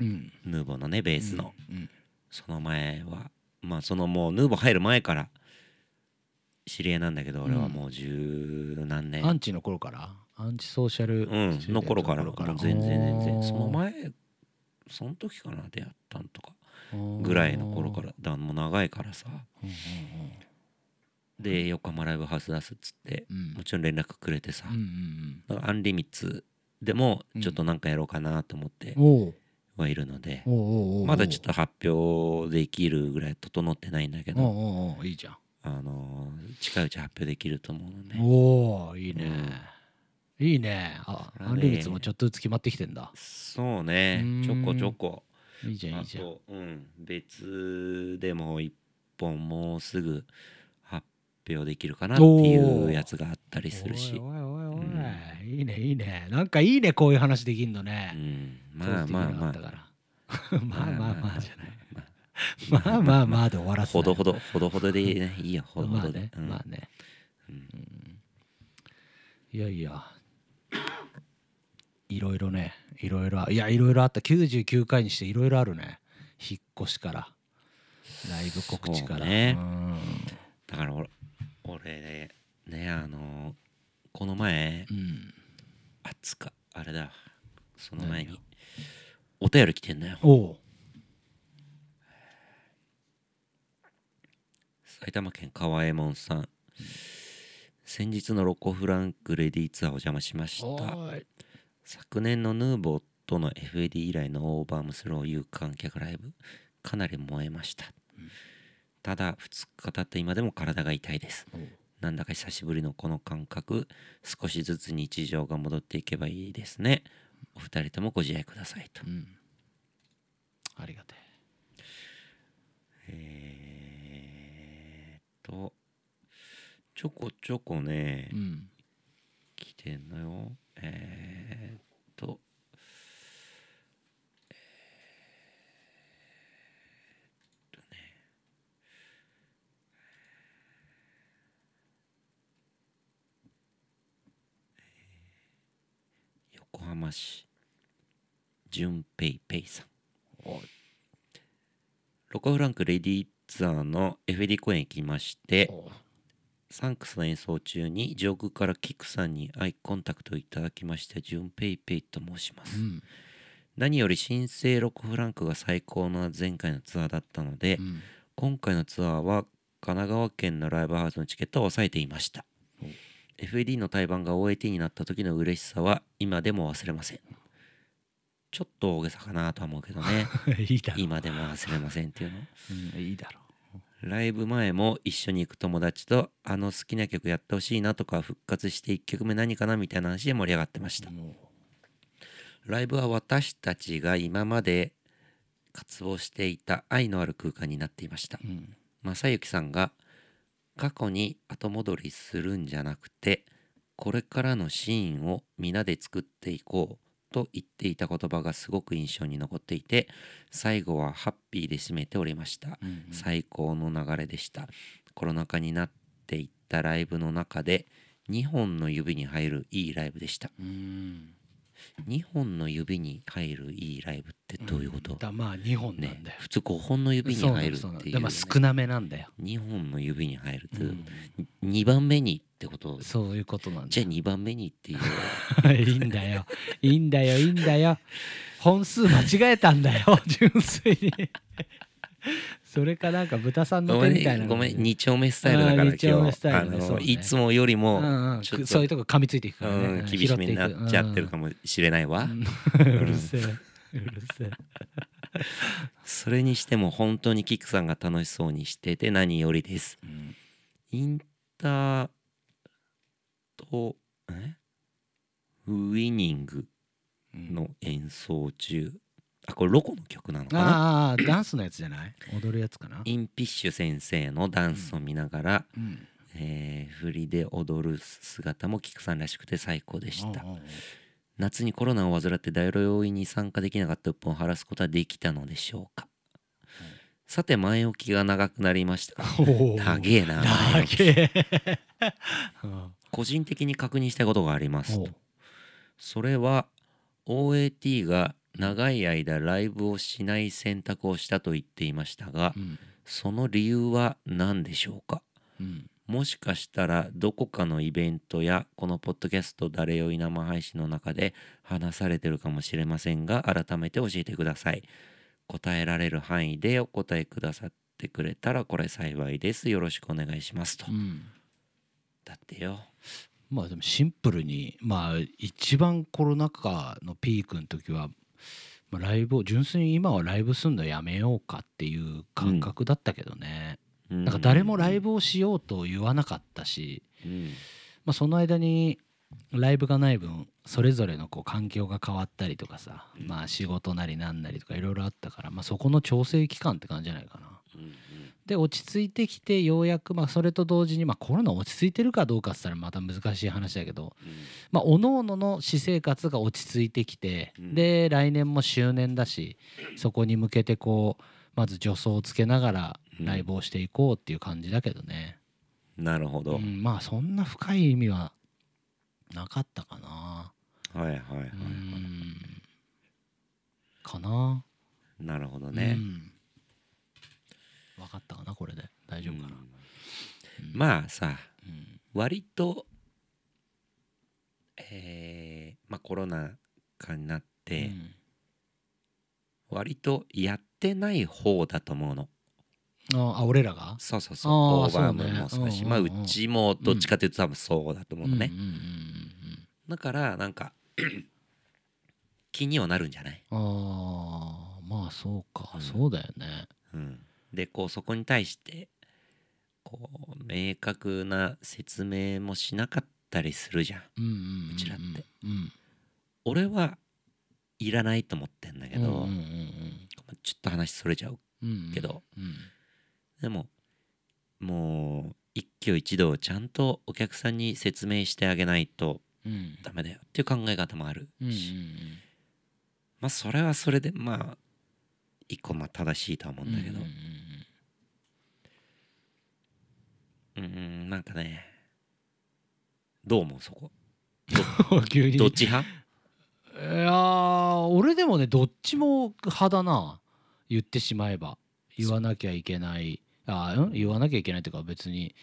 うん
ヌーボーのねベースの、
うん
その前はまあそのもうヌーボー入る前から知り合いなんだけど俺はもう十何年、
アンチの頃からアンチソーシャル
うん、の頃から
の、
もう全然全然その前その時かな出会ったんとかぐらいの頃かららだもう長いからさ
うん
で横浜ライブハウス出すっつって
うんうん
もちろん連絡くれてさ、
うんうん
だからアンリミッツでも
うん
ちょっとなんかやろうかなと思って
うんおう
はいるので、
おうおうおう
まだちょっと発表できるぐらい整ってないんだけ
おう
ど、
おうおういいじゃん
あのー近いうち発表できると思うので、
おおいいね、いいねあ
それは
安
ね
利率もちょっとずつ決まってきてんだ
そうね
うん
ちょこちょこ
いいじゃんい
あ
いじゃん
と、うん、別でも一本もうすぐ発表できるかなっていうやつがあったりするし、
おいおいおいおい、
う
いいねいいねなんかいいねこういう話できんの
う
ね、
ん、
ポ
まあ
ジティ
まあ
ブなの
ま
あ
あ
ったから (laughs) まあまあまあじゃない
まあ
まあまあまあで終わらす
ほ
な
どほどほどほどでいいねいいよほど
ま
ほ
あ
どで
ね、
うん
まあね、
うん
いやいやいろいろねいろいろあいやいろいろあった99回にしていろいろあるね引っ越しからライブ告知から
そうね
うん
だから俺俺ねねあのーこの前
うん
あつかあれだその前にお便り来てんだよ
おお
埼玉県川右衛門さん先日のロコ・フランクレディーツアーお邪魔しました
ーい
昨年のヌーボーとの FAD 以来のオーバームスロー有観客ライブかなり燃えました、
うん
ただ2日経って今でも体が痛いです
おう
なんだか久しぶりのこの感覚少しずつ日常が戻っていけばいいですねお二人ともご自愛くださいと、
うんありがたい
えーっとちょこちょこね、
うん
来てんのよえー、っとえー、っとねえー横浜市純ペイペイさん
おい
ロコフランクレディーツアーの FD 公演行きまして
おう
サンクスの演奏中に上空からキクさんにアイコンタクトをいただきましてジュンペイペイと申しま
う
す、
ん
何より新生ロコ・フランクが最高の前回のツアーだったので、
うん (laughs)
今回のツアーは神奈川県のライブハウスのチケットを抑えていました
お
FAD の対バンが OAT になった時の嬉しさは今でも忘れませんちょっと大げさかなとは思うけどね
いいだろう、
今でも忘れませんっていうの
うん、いいだろ
ライブ前も一緒に行く友達とあの好きな曲やってほしいなとか復活して1曲目何かなみたいな話で盛り上がってました
うも
ライブは私たちが今まで渇望していた愛のある空間になっていました
う、うん、
正幸さんが過去に後戻りするんじゃなくてこれからのシーンを皆で作っていこうと言っていた言葉がすごく印象に残っていて最後はハッピーで締めておりました
うんうん
最高の流れでしたコロナ禍になっていったライブの中で2本の指に入るいいライブでした
うん
2本の指に入るいいライブってどういうこと、
だまあ2本な
ね
んだよ、
普通5本の指に
そうなの
入るって
そうなの
い
だ
う、
ま
ね
あ、少なめなんだよ、
2本の指に入るって
う
いうん2番目にってこと
そういうことなんだ
じゃ
よ
あ2番目に
(laughs)
っていう
いいんだよいいんだよいいんだよ本数間違えたんだよ (laughs) 純粋にそれかなんか豚さんの
ご
手
め
みたいなんの
ごめん2丁目スタイルだか
あ
ら
ー
今
二
日
丁目スタ
あ
イルねそう
の
ね
いつもより
う
も
んうん
ちょっと
くそういうとこ噛みついていく
う
からね、うんん
厳しめになっちゃってるか
も、
もしれないわ
うん (laughs) うるせえうるせえ
それにしても本当にキクさんが楽しそうにしてて何よりです
うん
インターとえウイニングの演奏中あこれロコの曲なのかな
ああダンスのやつじゃない踊るやつかな、
インピッシュ先生のダンスを見ながら、
うん、
えー振りで踊る姿もキクさんらしくて最高でした
うんうんうん
夏にコロナを患って大老院に参加できなかった鬱憤を晴らすことはできたのでしょうか、
うん
さて前置きが長くなりました
おお
長えな前置き (laughs)
げえ。うん
個人的に確認したいことがあります
お
とそれは OAT が長い間ライブをしない選択をしたと言っていましたが
うん
その理由は何でしょうか
うん
もしかしたらどこかのイベントやこのポッドキャスト「誰よい生配信」の中で話されてるかもしれませんが改めて教えてください答えられる範囲でお答えくださってくれたらこれ幸いですよろしくお願いしますと
うん
だってよ
まあでもシンプルにまあ一番コロナ禍のピークの時は、まあ、ライブを純粋に今はライブすんのやめようかっていう感覚だったけどね、
な
なんか誰もライブをしようと言わなかったし、
うん
まあ、その間にライブがない分それぞれのこう環境が変わったりとかさ、
うん
まあ仕事なりなんなりとかいろいろあったから、まあ、そこの調整期間って感じじゃないかな。
うん
で落ち着いてきてようやく、まあ、それと同時に、まあ、コロナ落ち着いてるかどうかっつったらまた難しい話だけど、まあ、各々の私生活が落ち着いてきて、
うん
で来年も周年だしそこに向けてこうまず助走をつけながら
うん
ライブをしていこうっていう感じだけどね、
うんなるほ
う
ど、
んまあそんな深い意味はなかったかな
はいはいはいはい、
うんかな
なるほどね、
分かったかなこれで大丈夫かな、
うんまあさ
うん
割とえーまあコロナ禍になって、
うん
割とやってない方だと思うの
ああ俺らが
そうそう
あー
そうオーバーム
そうね
もそうだし
うん
まあ
うんう
うんちもどっちかというと多分そうだと思うのね
うんうん
だからなんか (clears throat) 気にはなるんじゃない、
うんうん、ああまあそうか、
うん
そうだよね
うん、でこうそこに対してこう明確な説明もしなかったりするじゃん
うんうんうんうん
うちらって
うん
俺はいらないと思ってんだけど、
うんうん
ちょっと話それちゃう
うんうん
けど、
うん
でももう一挙一動ちゃんとお客さんに説明してあげないと
うんうん
ダメだよっていう考え方もあるし、
うんうん
まあそれはそれでまあ一個まあ正しいとは思
う
うんんだけど
うんうん
うんうんなんかねどう思うそこ
うん (laughs) 急に
どっち派
いやー俺でもねどっちも派だな言ってしまえば言わなきゃいけないあーうん言わなきゃいけないというか別に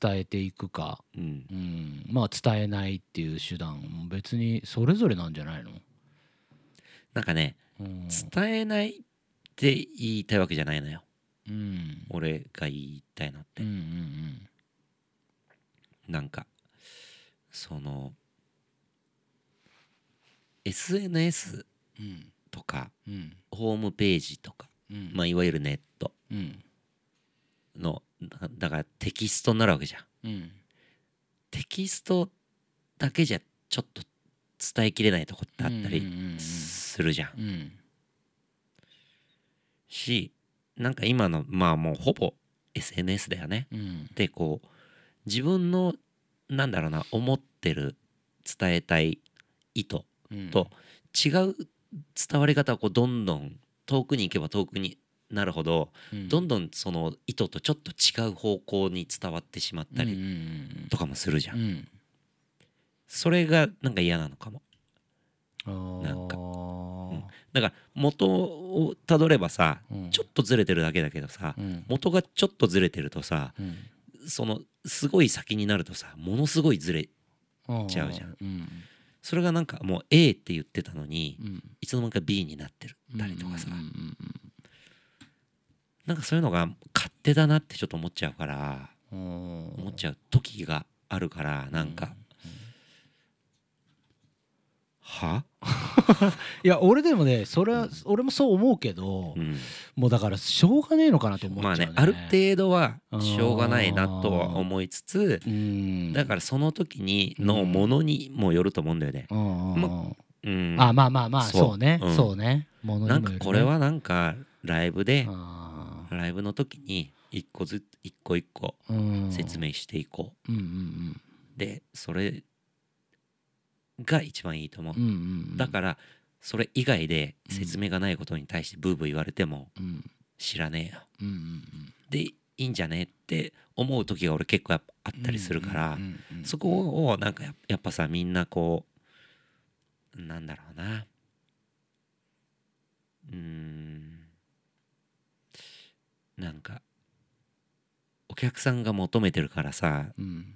伝えていくか、
うん
うん、まあ伝えないっていう手段も別にそれぞれなんじゃないの、
なんかね
うん
伝えないって言いたいわけじゃないのよ
うん
俺が言いたいのって、
うんうん
なんかその SNS
うんうん
とか
うん
ホームページとか、
うん
まあ、いわゆるネット
うん
のだだからテキストになるわけじゃん
うん
テキストだけじゃちょっと伝えきれないとこってあった
うんう
り
んうん
するじゃん
うん
しなんか今のまあもうほぼ SNS だよね
うん
でこう自分のなんだろうな思ってる伝えたい意図
うん
と違う伝わり方をこうどんどん遠くに行けば遠くになるほど
うん
どんどんその意図とちょっと違う方向に伝わってしまった
うん
り
うん
とかもするじゃ
うん
ん
うん
それがなんか嫌なのかも
あー
なんかだから元をたどればさ
うん
ちょっとずれてるだけだけどさ
うん
元がちょっとずれてるとさ
うん
そのすごい先になるとさものすごいずれちゃうじゃん
うん
それがなんかもう A って言ってたのに
うん
いつの間にか B になってるたりとかさ
うんうん
なんかそういうのが勝手だなってちょっと思っちゃうから
うんうん
思っちゃう時があるからなんかは
うんいや俺でもねそれは俺もそう思うけど、
うん
もうだからしょうがねえのかなと思っち
ま
ゃ
あ
うね,、
ねある程度はしょうがないなとは思いつつ
うん
だからその時にのものにもよると思うんだよね。
ら、うんうんうん
うん、
あまあまあまあ
そう
そうね、
うん
そうねもの
なん
にも
か
よるね
これはなんかライブで
あ
ライブの時に一個ずつ一個一個
ーうん
説明していこ
うんうん
う。でそれが一番いいと思う
うんう。んうん
だからそれ以外で
うん
説明がないことに対してブーブー言われても
らうん
知らねえよ。
うんうん
でいいんじゃねって思う時が俺結構やっぱあ
う
っ
ん
たりするから。
うんうんうん
そこをなんかややっぱさみんなこうなんだろうなうーんなんかお客さんが求めてるからさっ
うん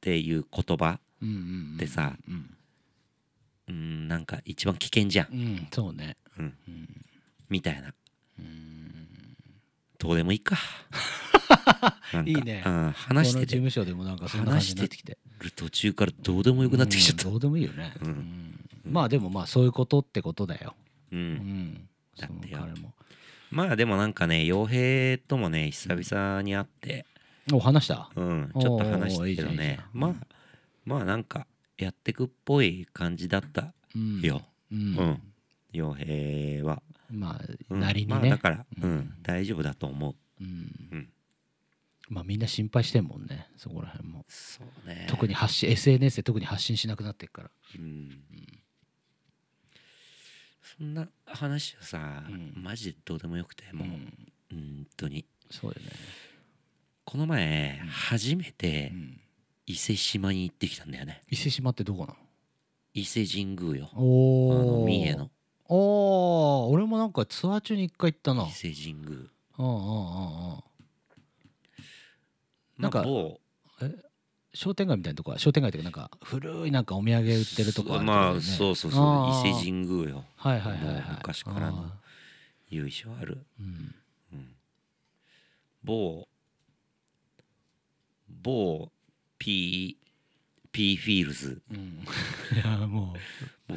ていう言葉
うんうん
でさ
うん
うーんなんか一番危険じゃん
うん、うん、そうね
うん
うん
みたいな
うん
どうでもい
(laughs)
いかなんか
いいね
うん、
この
話
事
してて
務所でもなんかそんな感じになってきて
る途中からどうでもよくなってきちゃった
うんどうでもいいよね、
うん
うんまあでもまあそういうことってことだよ、
う
うんん、そ
だっ
の
てよ
彼も
まあでもなんかね傭兵ともね久々に会って、
お話した
うん、ちょっと話し
おーおーいい
て
じ
た
ゃ
け
ん
ど
いい
ね
じゃん
まあまあなんかやってくっぽい感じだった
うん
よ、
うん
うん傭兵は、
まあ
うん
なりにね、
まあだから、うん
うん
大丈夫だと思う
うん
うん
まあみんな心配してんもんねそこら辺も、
そうね
特に発信 SNS で特に発信しなくなってっから
うんそんな話はさ、
うん
マジでどうでもよくてもう、うん、
ん
当に
そうだよね、
この前、
うん
初めて
うん
伊勢島に行ってきたんだよね
伊勢島ってどこな
伊勢神宮よあ
のお
の
お
三重の
おお俺もなんかツアー中に一回行ったな
伊勢神宮
うんうんうんうんなん
ま
か
あ某
商店街みたいなとこは商店街というかなんか古いなんかお土産売ってるとこ
そ
あ
う
る
まあ
とこだよね
そうそう
あ
そう
ー
伊勢神宮よ
はいはいはいはい
もう昔からの
あ
由緒ある、
うん
うん、某某 P, P フィールズ
うん、 (laughs) いやも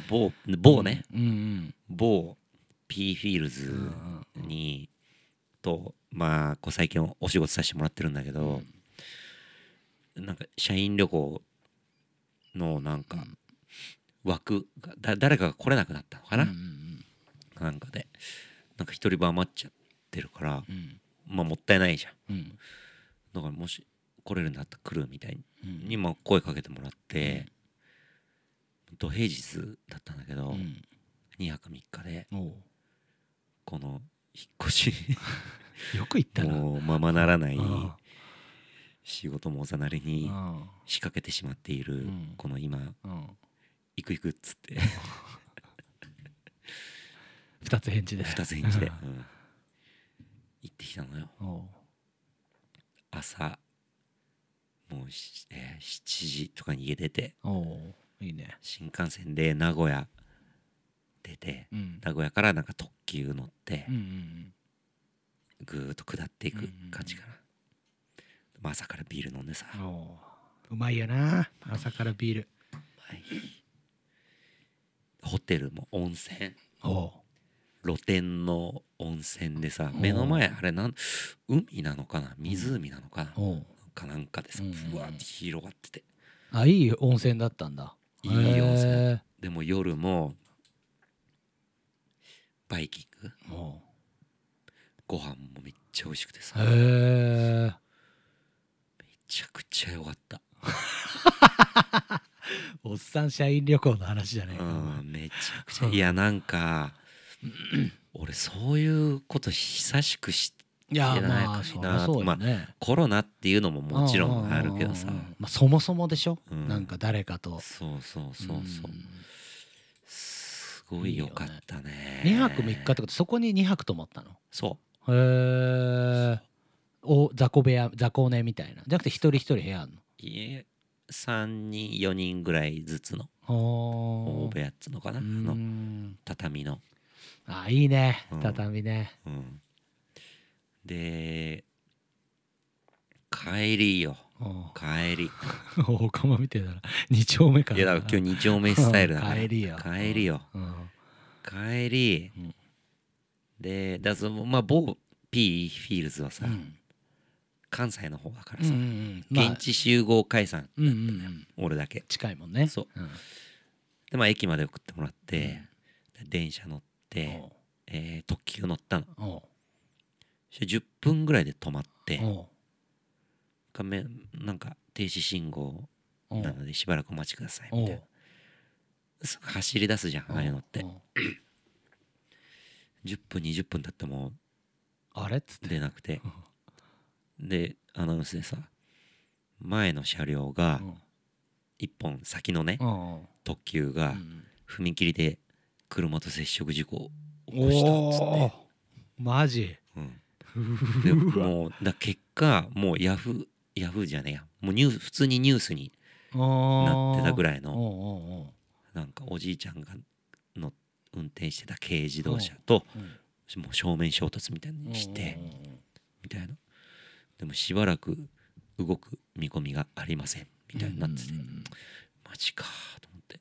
某某ね、
う、うんうん
某 P フィールズ
うんうん
に、とまあこう最近お仕事させてもらってるんだけど、なんか社員旅行のなんか枠がだ誰かが来れなくなったのかな、
うんうん
なんかでなんか一人分余っちゃってるから
うん
まあもったいないじゃん
うん
だからもし来れるんだったら来るみたい
うん
にも声かけてもらって、土平日だったんだけど、
うん
2泊3日で
おう
この引っ越
(laughs)
し
よく言ったな。
もうままならない
あ
仕事もおざなりに
あ
仕掛けてしまっている
うん
この今
うん
行く行くっつって
二つ返事で。
2つ返事で、うん行ってきたのよ
(laughs) おう
朝もうし、えー7時とかに家出て
おういいね。
新幹線で名古屋出て
うん
名古屋からなんか特急乗って
うんうん
ぐーっと下っていく感じかな、
う
まあ朝からビール飲んでさ、
うんおううまいよな。朝からビール。
ホテルも温泉
おう
露天の温泉でさ目の前あれなん海なのかな湖なのかな
おう
かなんかでさ
うんうんうん
ぶわーって広がってて
あいい温泉だったんだ。
いい温泉
へ
でも夜もバイキング
え。おう
ご飯もめっちゃ美味しくてさ
へ
め
え。
ちゃくちゃ良かった
おっさん社員旅行の話じゃねえか。お
うんめちゃくちゃ
うん
いやなんか俺そういうこと久しくし
前いや
いらない
まあ
かし
そ
ら
りゃそうよね。
コロナっていうのももちろんあるけどさ
うんうんうんうんまあそもそもでしょ。
うん
なんか誰かと。
そうそうそうそう
うん
すごい良かったね
2泊3日ってことそこに2泊泊まったの
そ
へえお雑魚部屋雑魚寝みたいなじゃなくて一人一人部屋ある
う家3人4人ぐらいずつの
の
大
お
部屋っつうのかな
う
あ
ー
の
ん
畳の
あいいね
うん
畳ね
うんで帰りよ
お
帰り
お釜みてえだな2丁目から
いやだから今日二丁目スタイルだから
(laughs) うん帰りよ
帰りよ
うん
帰り、
うん
でだからそのまあ某 P フィールズはさ、
うん
関西の方だから
うんう
さ、
んまあ
現地集合解散
うんうんうん
俺だけ
近いもんね
そう
うん
でまあ駅まで送ってもらって、で電車乗って、えー特急乗ったの
おお
そして10分ぐらいで止まって
お
画面なんか停止信号
お
なのでしばらくお待ちください
お
みたいなすぐ走り出すじゃんああいうのって
お
10分20分経っても
あれっつって
出なくてでアナウンスでさ前の車両が
うん
1本先のね
うんうん
特急が
うん
踏切で車と接触事故を起
お
こしたっつって、
おマジ
うん、で
(laughs) うわ
もうだ結果もうヤフーヤフーじゃねえやもうニュース普通にニュースにな
な
ってたぐ
らい
らいの
の
なんかおじいちゃんがの運転してた軽自動車ともう正面衝突みたいにしてみたいなでもしばらく動く見込みがありませんみたいになっててマジかと思って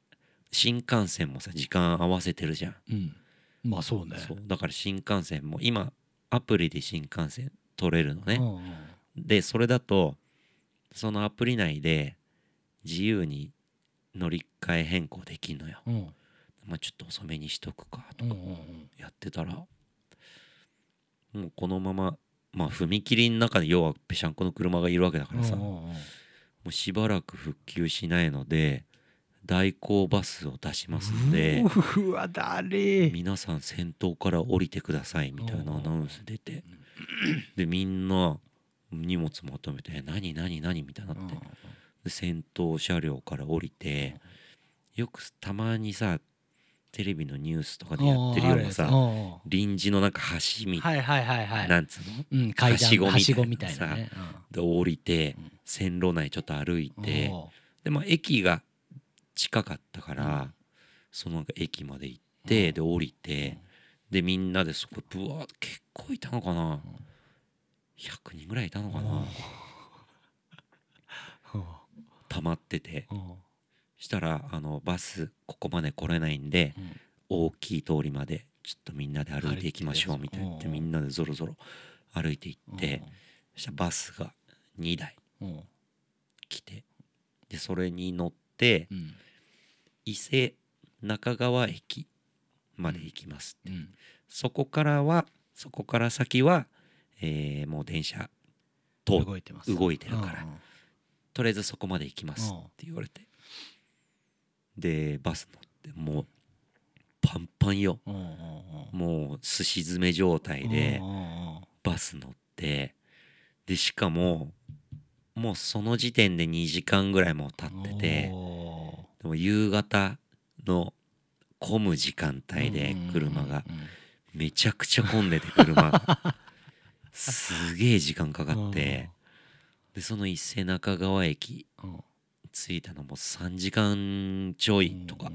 新幹線もさ時間合わせてるじゃん
うんまあそうね
そうだから新幹線も今アプリで新幹線取れるのね、
うんうん
でそれだとそのアプリ内で自由に乗り換え変更できんのよ、
うん
まあ、ちょっと遅めにしとくか
う
と
ん
か
うん
やってたら、もうこのまままあ踏切の中で要はぺしゃんこの車がいるわけだからさ、
うんう
も
んうん
うしばらく復旧しないので代行バスを出しますので
うわだれー
皆さん先頭から降りてくださいみたいなアナウンス出てでみんな荷物まとめてえ「何何何?」みたいになってで先頭車両から降りてよくたまにさテレビのニュースとかでやってるような
うんう
さ
んうん
臨時のなんか橋み
はいはいはいはい
なんつうの
うん階段
はしごみたいな
はしごみたいなね
で降りて
うん
線路内ちょっと歩い
うん
て
お
でまあ駅が近かったか
う
らそのなんか駅まで行ってで降りてでみんなでそこぶわー結構いたのかな100人ぐらいいたのかな溜まっててしたらあのバスここまで来れないんで大きい通りまでちょっとみんなで歩いていきましょうみたいに言って
歩いて
みんなでぞろぞろ歩いていってそしたらバスが2台来てでそれに乗って伊勢中川駅まで行きますそこからはそこから先は、えーもう電車と
動いてます
動いてるからとりあえずそこまで行きます
うん
って言われてでバス乗ってもうパンパンよもうすし詰め状態でバス乗ってでしかももうその時点で2時間ぐらいもう経っててでも夕方の混む時間帯で車がめちゃくちゃ混んでて車がすげえ時間かかってでその伊勢中川駅着いたのも3時間ちょいとか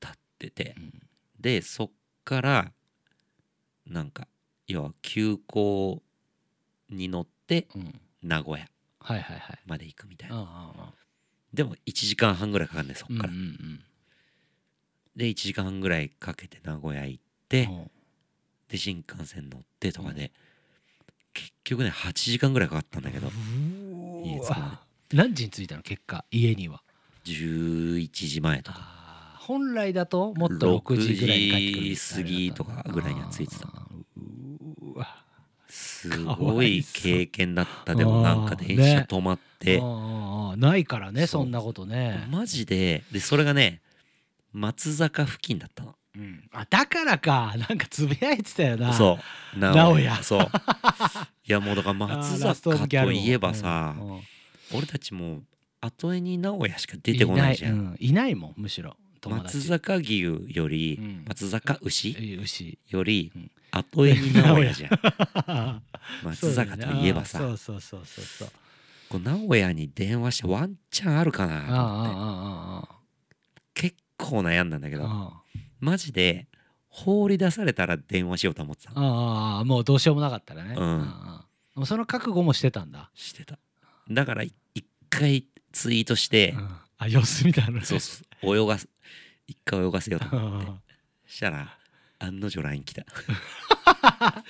経っててでそっからなんか要は急行に乗って名古屋
はいはいはい
まで行くみたいな
あ
でも1時間半ぐらいかかるんでそっ
あ
からで1時間半ぐらいかけて名古屋行ってで新幹線乗ってとかで結局ね8時間ぐらいかかったんだけど
何時に着いたの結果家には
11時前とか
本来だともっと6時ぐらいに帰ってくるうわ
す
か
ご
わい
い
そう
経験だったでもなんか電車
ね
止まって
ないからねそんなことね
マジででそれがね松坂付近だったの
うん、あだからかなんかつぶやいてたよな
そう名
名古屋
そういやもうだから松
あーラストオブ
坂
ギャル
と
を
いえばさ
うんうん
俺たちもう後絵に名古屋しか出てこないじゃ
い
ん
ない,、うん、いないもんむしろ友達
松坂牛よ
う
り
ん
松坂牛
いい牛
より
うん
後絵に名古屋じゃん
(laughs)
(laughs) 松坂といえば
そ
さ
うそうそうそうそう
こう名古屋に電話してワンチャンあるかなと思って
ああ
結構悩んだんだけ
あああああ
ど
あ
マジで放り出されたら電話しようと思ってた
あああもうどうしようもなかったらね、
うん
ああもうその覚悟もしてたんだ、
してただからい一回ツイートして
うんあ様子見たのね
そうそう泳がす一回泳がせようと思って
あ
したら案の定 LINE
(laughs)
来た
あ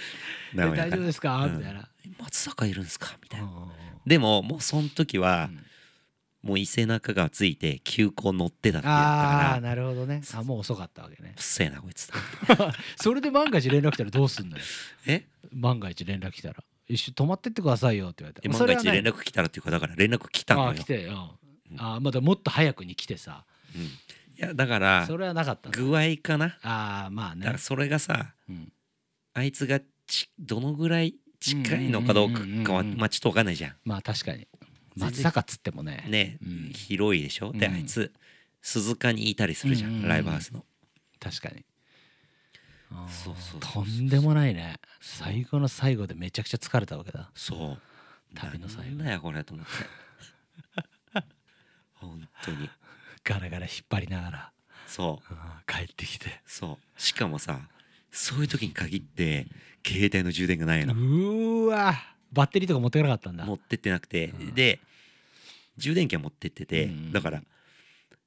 名古屋か
大丈夫
ら
ですか、
うん
みたいな、
松坂いるんすかみたいな
あ
でももうその時
あ
はもう伊勢中川ついて急行乗ってたって言った
ああ
から
なるほどねあもう遅かったわけね
うっせえなこい
(laughs)
つと思って
それで万が一連絡来たらどうすんのよ
え
万が一連絡来たら一緒に泊まってってくださいよって言われて
え万が一連
絡来
絡来たらっていうかだから連絡来た
た
のよ
ああ来てよ、
う
うんん、ああまだもっと早くに来てさ
うんいやだから
それはなかったんだ
具合かな
ああま
だか
あね
ら、それがさ
うん、
あいつがちどのぐらい近いのかどうか
うんうんうんうん
かはまあちょっとわかんないじゃ
まあ確かに
然
松坂っつってもね
んね
うん
広いでしょで
うん
あいつ鈴鹿にいたりするじゃ
うんうん
ん
うん
ライブハウスの
確かにああ
そうそうそう
とんでもないね最後の最後でめちゃくちゃ疲れたわけだ
そう
旅の最後
なんだよこれと思って (laughs) 本当に
ガラガラ引っ張りながら、
そう
うん帰ってきて
そうしかもさそういう時に限って携帯の充電がないうの
ーわバッテリーとか持ってかなかったんだ
持ってってなくて
うん
で充電器は持ってってて
うん
だから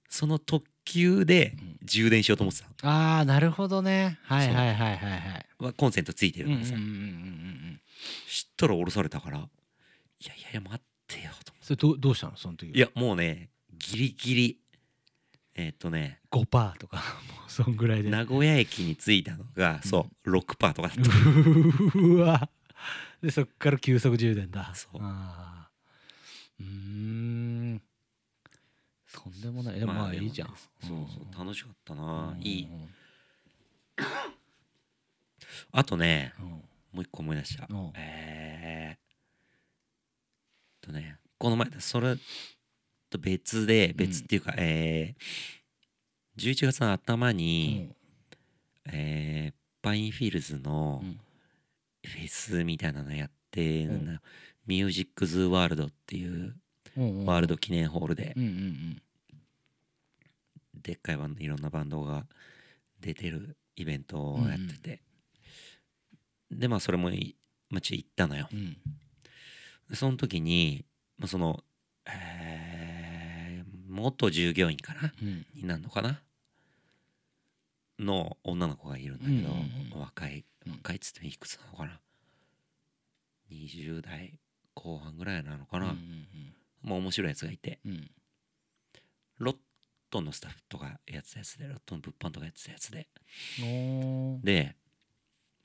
その特急で
うん
充電しようと思ってた
ああなるほどねはい
そう
はいはいはいはい
のはコンセントついてるからさ
うんうんうんうんうん
知ったら降ろされたからいやいやいや待ってよと思
それどうどうしたのその時
っていやもうねギリギリえーっとね
5パーとか (laughs) もうそんぐらいで
名古屋駅に着いたのがそう6%パーとかだっ
う
た
ーわでそっから急速充電だ
そう
あーうーんとんでもないでもまあ
で
い
もね
いじゃん
そうそう楽しかったな
うん
いい
うん
あとね
うん
もう一個思い出した
うん
えー、とねこの前それと別で別っていうか、えー、11月の頭に、えーパインフィールズの
うん
フェスみたいなのやって、
うん
なミュージックズワールドっていう
うんうん
ワールド記念ホールで
うんうんうん
でっかいバンドいろんなバンドが出てるイベントをやってて、でまあそれもい、まあ、ちょ行ったのよ、
うん
でその時に、まあ、その、えー元従業員かな
うん
になるのかなの女の子がいるんだけど、
うんうんうん
若い
うん
若いっつってもいくつなのかな20代後半ぐらいなのか
うん
な、まあ面白いやつがいて
うんうん
ロットンのスタッフとかやってたやつでロットンの物販とかやってたやつで
おー
で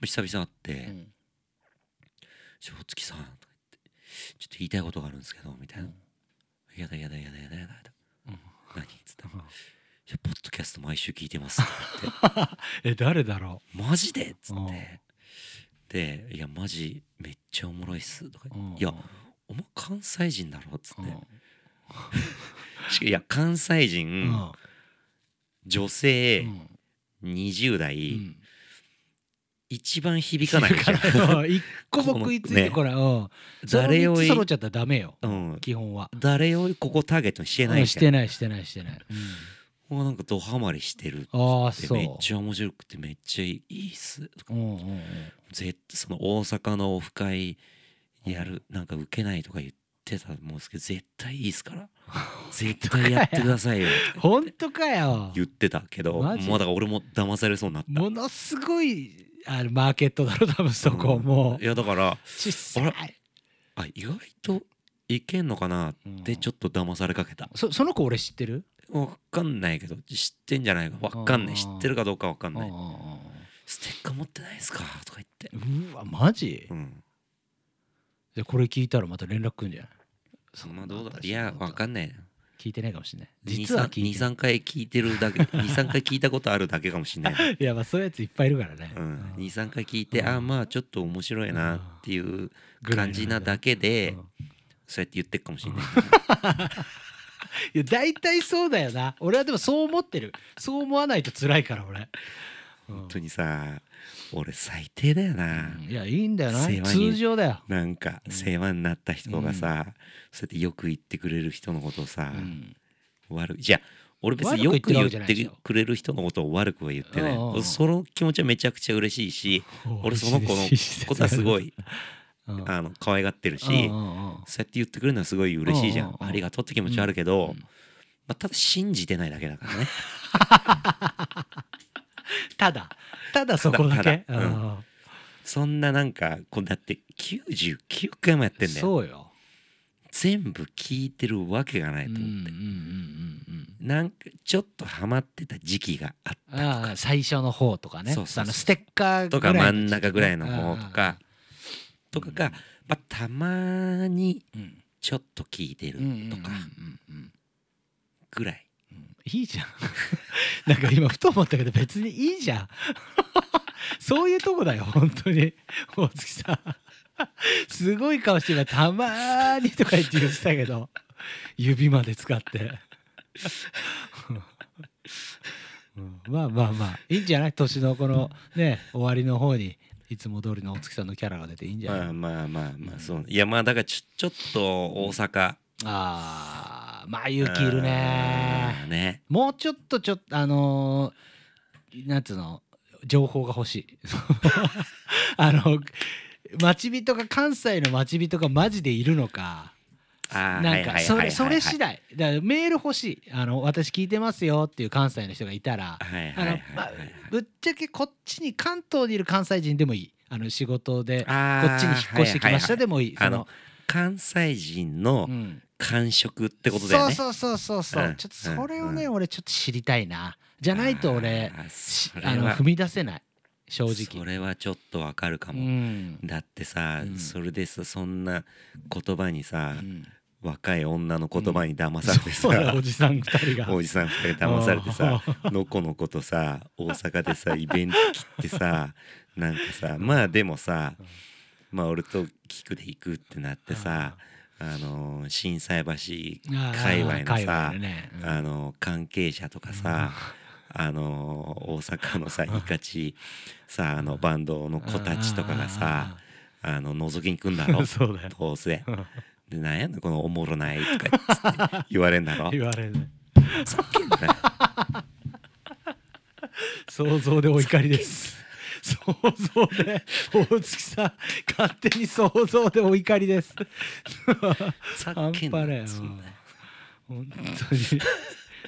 久々会って
う
「
ん
しょうつきさん」とか言って「ちょっと言いたいことがあるんですけど」みたいな「やだやだやだやだやだやだ
うん
何?」っつったら「いやポッドキャスト毎週聞いてます」って言って
え誰だろ
「マジで?」っつ
う
っ
ん
てで「いやマジめっちゃおもろいっす」とか
う
言
うん
って「いやお前関西人だろ」っつっ
う
て
ん
しかいや関西
う
人
ん
女性
うん
20代、
うん
一番響かないじゃん
響かない一個も食いついてこらうん
(laughs) 誰を
そ
い
の三つ揃っちゃったらダメよ
うん、
基本は
誰をここターゲットにしてない
うん
み
した
い
て
な
ないしてないしてないうん
もうなんかドハマりしてるっ
ああ
て
そう
めっちゃ面白くてめっちゃいいっすとか
うんうんうん
ぜその大阪のオフ会やるなんか受けないとか言ってたと思うんですけど絶対いいっすから (laughs) 絶対やってくださいよとか
本当かよ
言ってたけどまあ
マジ
だから俺も騙されそうになった
ものすごいあのマーケットだろ多分そこ
うん
も
いうやだから
小さい
あ意外といけんのかなってちょっと騙されかけた
そその子俺知ってる
わかんないけど知ってんじゃないかわかんない
あ
知
ー
ってるかどうかわかん
うんう
なんいステッカー持ってないですかとか言って
うんうわマジ
うん
でこれ聞いたらまた連絡くんじゃない
そ
ん
ん
な
などうだろう
私
いやわか
なん
ないな
聞いてないかもしれない実は聞いてない
23回聞いてるだけ23回聞いたことあるだけかもしれないな、
いやまあそういうやついっぱいいるからね
うん、23回聞いて
うん
あーまあちょっと面白いなっていう
ぐらい
感じなだけで
うん
そうやって言ってるかもしれない
いや大体そうだよな俺はでもそう思ってるそう思わないと辛いから俺本
本当にさ俺最低だよな、
いやいいんだよな
世話に
通常だよ、
なんか
うん
世話になった人がさ、そうやってよく言ってくれる人のことをさ
う、ん
悪いじゃあ俺別によ
悪
く
く
言
言っ
って
るわけじゃないで
て
しょ
くれる人のことを悪くは言ってな
うんうんう
い
ん
その気持ちはめちゃくちゃ嬉しいし俺その子のことはすごい、
うん
あの可愛がってるし
うんうんうん
そうやって言ってくれるのはすごい嬉しいじゃ
うんうん
ん
うん
ありがとうって気持ちはあるけど、
うんうん
まあ、ただ信じてないだけだからね
ただただそこだ
た
け
だただうん
うん
そんななんかこうだって99回もやってんだよ
そうよ
全部聞いてるわけがな
う
い
んう
と
んうんう
思って、
ん
なんかちょっとハマってた時期があっ
うんああ最初の方とかね
そうそうそう
あのステッカー
とか真ん中ぐらいの方と
ああ
かとかが、まあ、たまに
うん
ちょっと聞いてる
うんうんうんうん
とか
うん
ぐらい
いいじゃん (laughs) なんか今ふと思ったけど別にいいじゃん (laughs) そういうとこだよ本当に大月さんすごい顔して今「たまーに」とか言って言ってたけど指まで使って、うんまあまあまあいいんじゃない年のこのね終わりの方にいつも通りの大月さんのキャラが出ていいんじゃな
まあ
い、
まあまあま
う
あ
ん
そういやまあだからちょちょっと大阪
あーまあ勇気いるね
うんね
もうちょっとちょっとあのー、なんつうの情報が欲しい (laughs) あの町人が関西の町人がマジでいるのか
あー
なん
は
か
いはいはい
そ
はいはい
れそれ次第だからメール欲しいあの私聞いてますよっていう関西の人がいたら
はいは
あ
いは
の
い
まあぶっちゃけこっちに関東にいる関西人でもいいあの仕事でこ
あー
っちに引っ越してきました
はいはいはい
でもいい
あの関西人の
うん
感触ってことだよねう
そうそうそうそうそう、
うん
ちょっとそれをね、
うん
俺ちょっと知りたいなじゃないと俺
あー
し
それは
あの踏み出せない正
そ
直
れはちょっとわかるか
う
も、
ん
だってさ、
うん
それでさそんな言葉にさ、
うん
若い女の言葉に騙されて
そうだ
さ
お、じさん二人が
おじさん2人騙されてさのこのこと
(laughs)
さ大阪でさイベント切ってさなんかさまあでもさ
うん
まあ俺と菊で行くってなってさあのー心斎橋
あー
界隈のさ
界隈でねうん
あのー関係者とかさあのー大阪のさイカチさあのバンドの子たちとかがさあの覗きに来んだ
あーあーあ
ろ
ー (laughs) そうだよ
どうせ
うん
でなんやねんこのおもろないとか言
(laughs)
って言われんだろ
言われるね
さっきのね
想像でお怒
(laughs)
りです。想像で大月さん勝手に想像でお怒りです。
さ
半
っき
端
の
ない
や
よ
つね
本当に。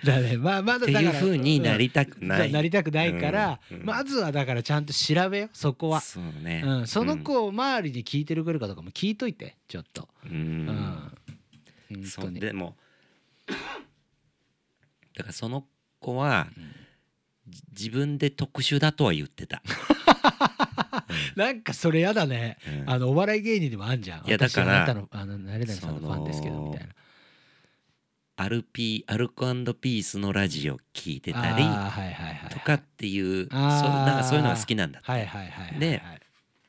だね、まあまだ
って
だから
いう風になりたく
うん
な
そう
い。
なりたくないから、
うんうん
まずはだからちゃんと調べよそこは。
そうね。
うん、その子を周りに聞いてるくるかとかも聞いといてちょっと。
うん。
う
うん
ん。本
そ
当
う
に。
でもだからその子は、
うん
じ自分で特殊だとは言ってた。
なんかそれやだね。
うん
(laughs) あのお笑い芸人でもあんじゃん。
いやだ
私は
から
あなたのあの誰々さんのファンですけど
その
みたいな。
アルピーアルコピースのラジオ聞いてたり
あーはいはいはい。
とかっていうそう
あー
なんかそういうのが好きなんだって。
はいはいはいはいはい。
で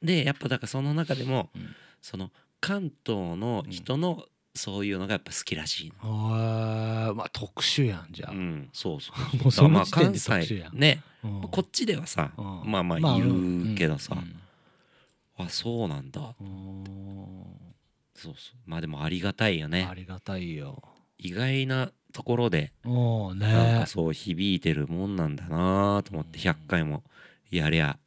でやっぱだからその中でも、
うん
その関東の人のそういうのがやっぱ好きらしいの。
あーまあ特殊やんじゃあ
う。ん、そうそう
もう (laughs) その時点で
だからまあ
特殊やん
ね、
うん
こっちではさ、
うん
まあまあ
ん
言うけどさ、
うん
あそうなんだ
うん
そうそうまあでもありがたいよね
ありがたいよ。
意外なところで
うん
なん
ね
かそう響いてるもんなんだなと思って
うん
100回もやりゃ、うん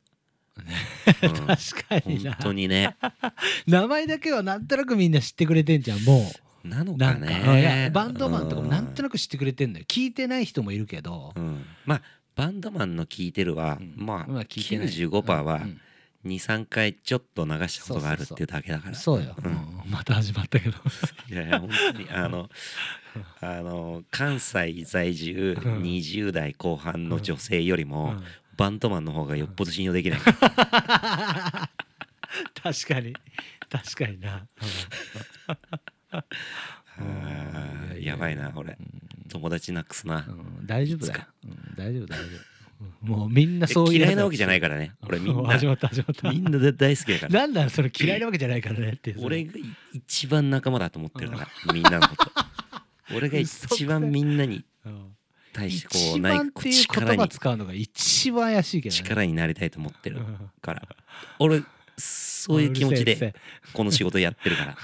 確 (laughs) かにな
本当にね
名前だけはなんとなくみんな知ってくれてんじゃんも
なの
うな
か
んか
ね
うんいやバンドマンとかもなんと
な
なく知ってくれてんのよ聞いてない人もいるけど
く、うん、まあバンドマンの聴いてるは、
うん
まあ
まあ聞いてない
95%は
うん
23回ちょっと流したことがあるっていうだけだから
そうよ、
うん
うんまた始まったけど
いやいや本当にあ
(laughs)
のあの関西在住
うん
20代後半の女性より
う
も
ん
バンドマンの方がよっぽど信用できない
確かに確かにな、
あ
うん
ーやばいな俺友達なくすな
うんうん大丈夫だ
いつ
よ、うん大丈夫大丈夫もうみんなそういう
嫌いなわけじゃない
か
からね俺みんな
(laughs) 始まった始まった
みんなで大好きだから
なんだろうそれ嫌いなわけじゃないからねっていう
俺が一番仲間だと思ってるからみんなのこと俺が一番みんなに
うん
対してこ
(laughs)
う
一
ない
番っていう
力
言葉
に
使うのが一番怪しいけどね
力になりたいと思って
う
る
ん
から俺そういう気持ち
うるせえ
でこの仕事やってる
(laughs)
か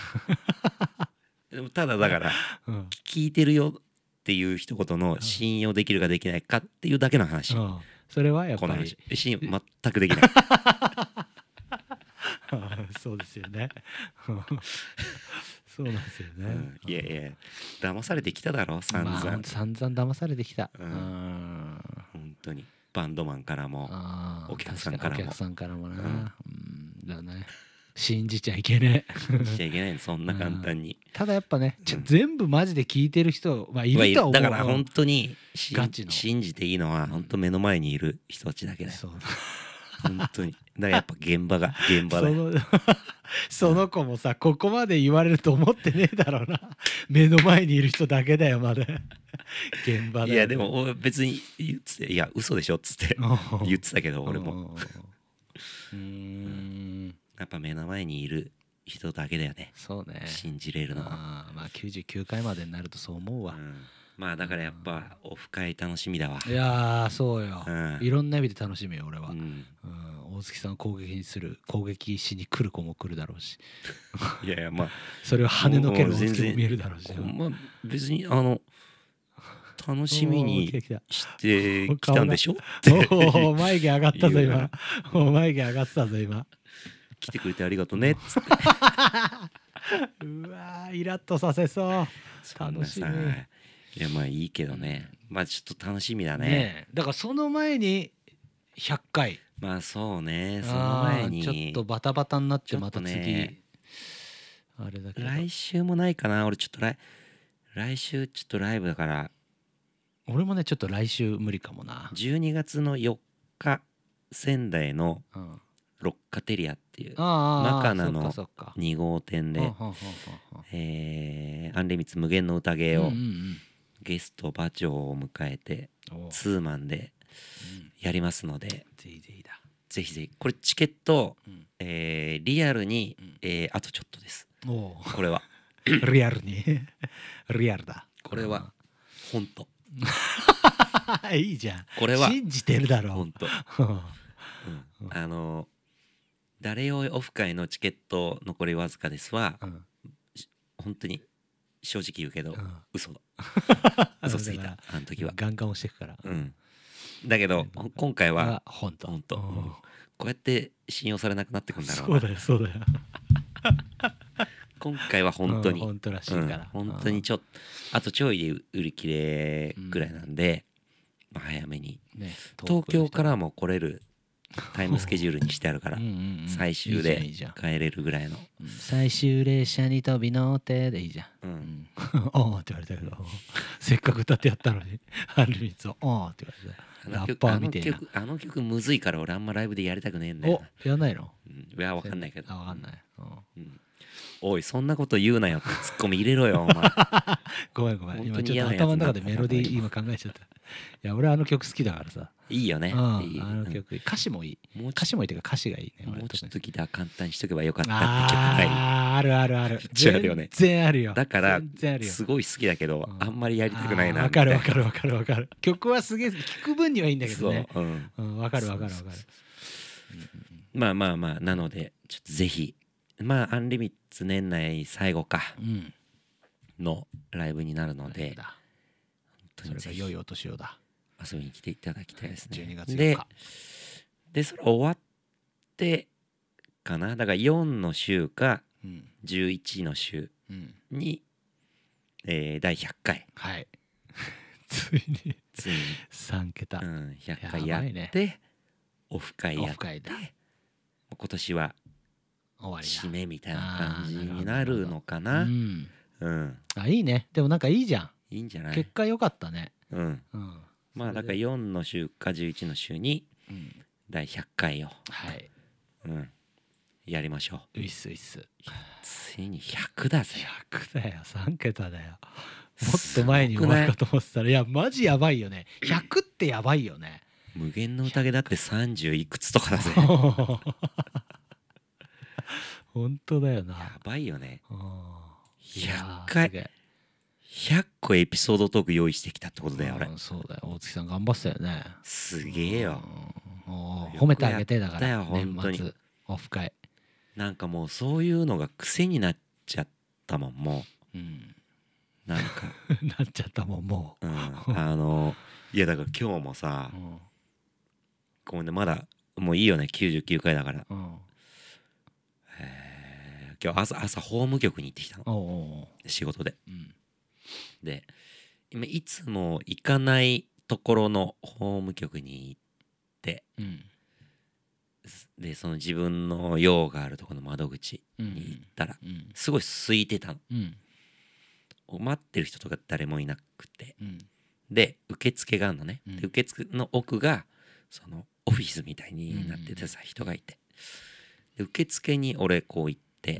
らでもただだから
うるせえうん
聞いてるよっていう一言の信用できるかできないかっていうだけの話こ
うんそれはやっぱ
の
り
話信用全くできない
(laughs) そうですよねそうなんですよ
う
ね
んいやいや騙されてきただろ散
まあ
々
散々騙されてきた
うん
うん
本当にバンドマンからも
あー
お客さんからも
確にお客さんからもな、う
うんん、
だね信じちゃいけね
(laughs)
え
しちゃいけないのそんな簡単に
ただやっぱね、ちょ
うん
全部マジで聞いてる人はい
まあ
るとは思う
だから本当にし
ガチの
信じていいのは本当目の前にいる人たちだけだよ
そう
本当にだからやっぱ現場が現場
そ
だよ
のその子もさここまで言われると思ってねえだろうな目の前にいる人だけだよまだ現場だよ
いやでも俺別に言ってて「いや嘘でしょ」っつって
うん
言ってたけど俺も
うんうん
やっぱ目の前にいる人だけだよね
そうね
信じれるのは、
あーまあ99回までになるとそう思う
う
わ、
ん、まあだからやっぱオフ会楽しみだわ
いやーそうよ、
うん
いろんな意味で楽しみよ俺は、
う
うん (laughs)
ん、
大月さんを攻撃にする攻撃しに来る子も来るだろうし
いやいやまあ
それを跳ねのける
もう
大
全
月も
然
見えるだろうしな
まあ別にあの楽しみ
おー
に
来た来た
してきたんでしょって
おお眉毛上がったぞ
言う
今
な
お眉毛上がってたぞ今
(laughs) 来てくれてありがとうねっつって
うわーイラッとさせそう
そん
(laughs) 楽
な
し
さ
み
いやまあいいけどねまあちょっと楽しみだね
ねえだからその前に100回
まあそうねその前に
あーちょっとバタバタになってまた次、
ちょっとね
あれだけど
来週もないかな俺ちょっと来来週ちょっとライブだから
俺もねちょっと来週無理かもな、
12月の4日仙台の
うん、あ
ロッカテリアっていう
あ
中野の
そっかそっか
2号店
うんうん
で、
うんうん
えーアンリミッツ無限の宴
うんう
を
ん
ゲスト馬長を迎えて
うんおう
ツーマンで
うん
やりますので
ぜひぜひだ
ぜひぜひこれチケット、
うん
えーリアルに
うん、
えーあとちょっとです
お
これ
(laughs)
は
うリアルにリアルだ
これは本当
うんいいじゃん
これは
信じてるだろ
本当
う
うんあの誰よオフ会のチケット残りわずかですは
うん
本当に正直言うけど
うん
嘘だ
あ
嘘すぎた
だか
あの時
ら
は
ガンガン押してくから
うんだけどほ今回は
あ本当
本当
うん
うんこうやって信用されなくなってくんだろ
そうう
な
だよそうだよ
今回は本当に、
うん本当らしいから、
うん、本当にちょっとあとちょいで売り切れぐらいなんで、まあ、早めに
うんね
東京かららも来れるタイムスケジュールにしてあるから最終で
いいじゃんいいじ
帰れるぐらいの、
ゃんうん最終列車に飛び乗ってでいいじゃ
う
ん
ん
うん、 (laughs) おーって言われたけどせっかく歌ってやったのに (laughs) ある率をおーって言われたラッパーみたい
あ
な
の曲あの曲むずいから俺あんまライブでやりたくねえんだよ
お
な、
やんないの
うん、いやわかんないけど
あわかんない、うん
うんおいそんなこと言うなよってツッコミ入れろよお
(laughs)
前
ごめんごめ
本
ん
当
今
に
ちょっと
嫌なやつ
頭の
にな
中
った
でメロディー今考えちゃったいや俺あの曲好きだからさ、
いいよ
う
ね
ん、あ
いい
の
うん
曲歌詞もいい
もうち
歌詞もいいというか歌詞がいいね
ょ
俺
もうちょっ
特
と
に
ギター簡単にしとけばよかったって曲がいい
あーあるあるある
めっちゃあるよね
全然あるよ
だから
全然あるよ
すごい好きだけど、
うん
あんまりやりたくないなみた
あーわか
い
る
な
わかるわかるわかる曲はすげえ聞く分にはいいんだけどね
そう、うん、
うんわかるわかるわかる
そうまあまあまあなのでちょっとぜひまあアンリミッツ年内最後か
うん
のライブになるので
だ
本当
そ
に
れ
ぜ
が
ひ
良い
遊
お年をだ。
びに来ていただきたいですね
12月4
で
日。
でそれ終わってかなだから4の週か
うん。
11の週
うん。
に、えー第100回
はい。 (laughs) ついに
ついに、
3桁
う。ん、100回
や
や
ば
っ
いね
てオフ会
オ
やっ
フ
て
会だ。
今年は
終わりだ。
締めみたいな感じ
あーなるほど
になるのかな
うん。
うん
あ、いいね。でもなんかいいじゃん。
いいんじゃない
結果良かったね。
うん
うん。
まあ
それ
だ
で
から4の週か11の週に
うん。
第100回を、
はい。
うん、やりましょう
ういっすういっす。
ついに100だぜ
100だよ。3桁だよ。もっと前に終わ
す
る
ご
かと思ってたら、いや、マジやばいよね。100ってやばいよね。 (laughs)
無限の宴だって30いくつとかだぜ
本当だよな。
やばいよね
うんいや
100
ー
回
すげえ
100個エピソードトーク用意してきたってことだよ俺
うんそうだよ大月さん頑張ってたよね
すげえよ
うんおー
よく
褒めてあげてだか
や
ら
ったよ
年
本当
末
に
オフ会
なんかもうそういうのが癖になっちゃったもんも
うん
うなんか、
(laughs) なっちゃったもんも
うん、
(laughs)
あのいやだから今日もさ
ううん
ごめんねまだもういいよね99回だから
うん
えー今日朝朝法務局に行ってきたの
おうおうおう
仕事で
うん
で今いつも行かないところの法務局に行って
うん
すでその自分の用があるところの窓口
う
に行っ
ん
たら
うん
すごい空いてたの
うん
待ってる人とか誰もいなくて
うん
で受付があるのね、
うん
で受付の奥がそのオフィスみたいになっててさ、人がいてで受付に俺こう行って、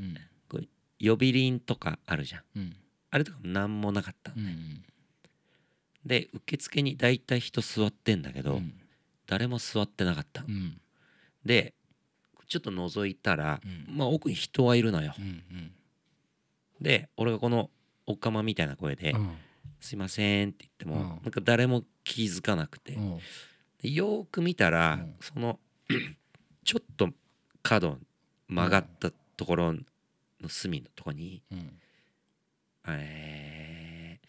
うん
呼び鈴とかあるじゃん
うん
あれとかも何もなかったの
うん
で受付に大体人座ってんだけ
う
ど、
ん
誰も座ってなかったの、
うん
でちょっと覗いたら、
うん
まあ奥に人はいるのよ
う、ん
で俺がこのおかまみたいな声で「
うん
すいません」って言っても、
うん
なんか誰も気づかなくて、
うん
でよーく見たら、
うん
その (clears throat) ちょっと角曲がったところの隅のとこに、
うん
えー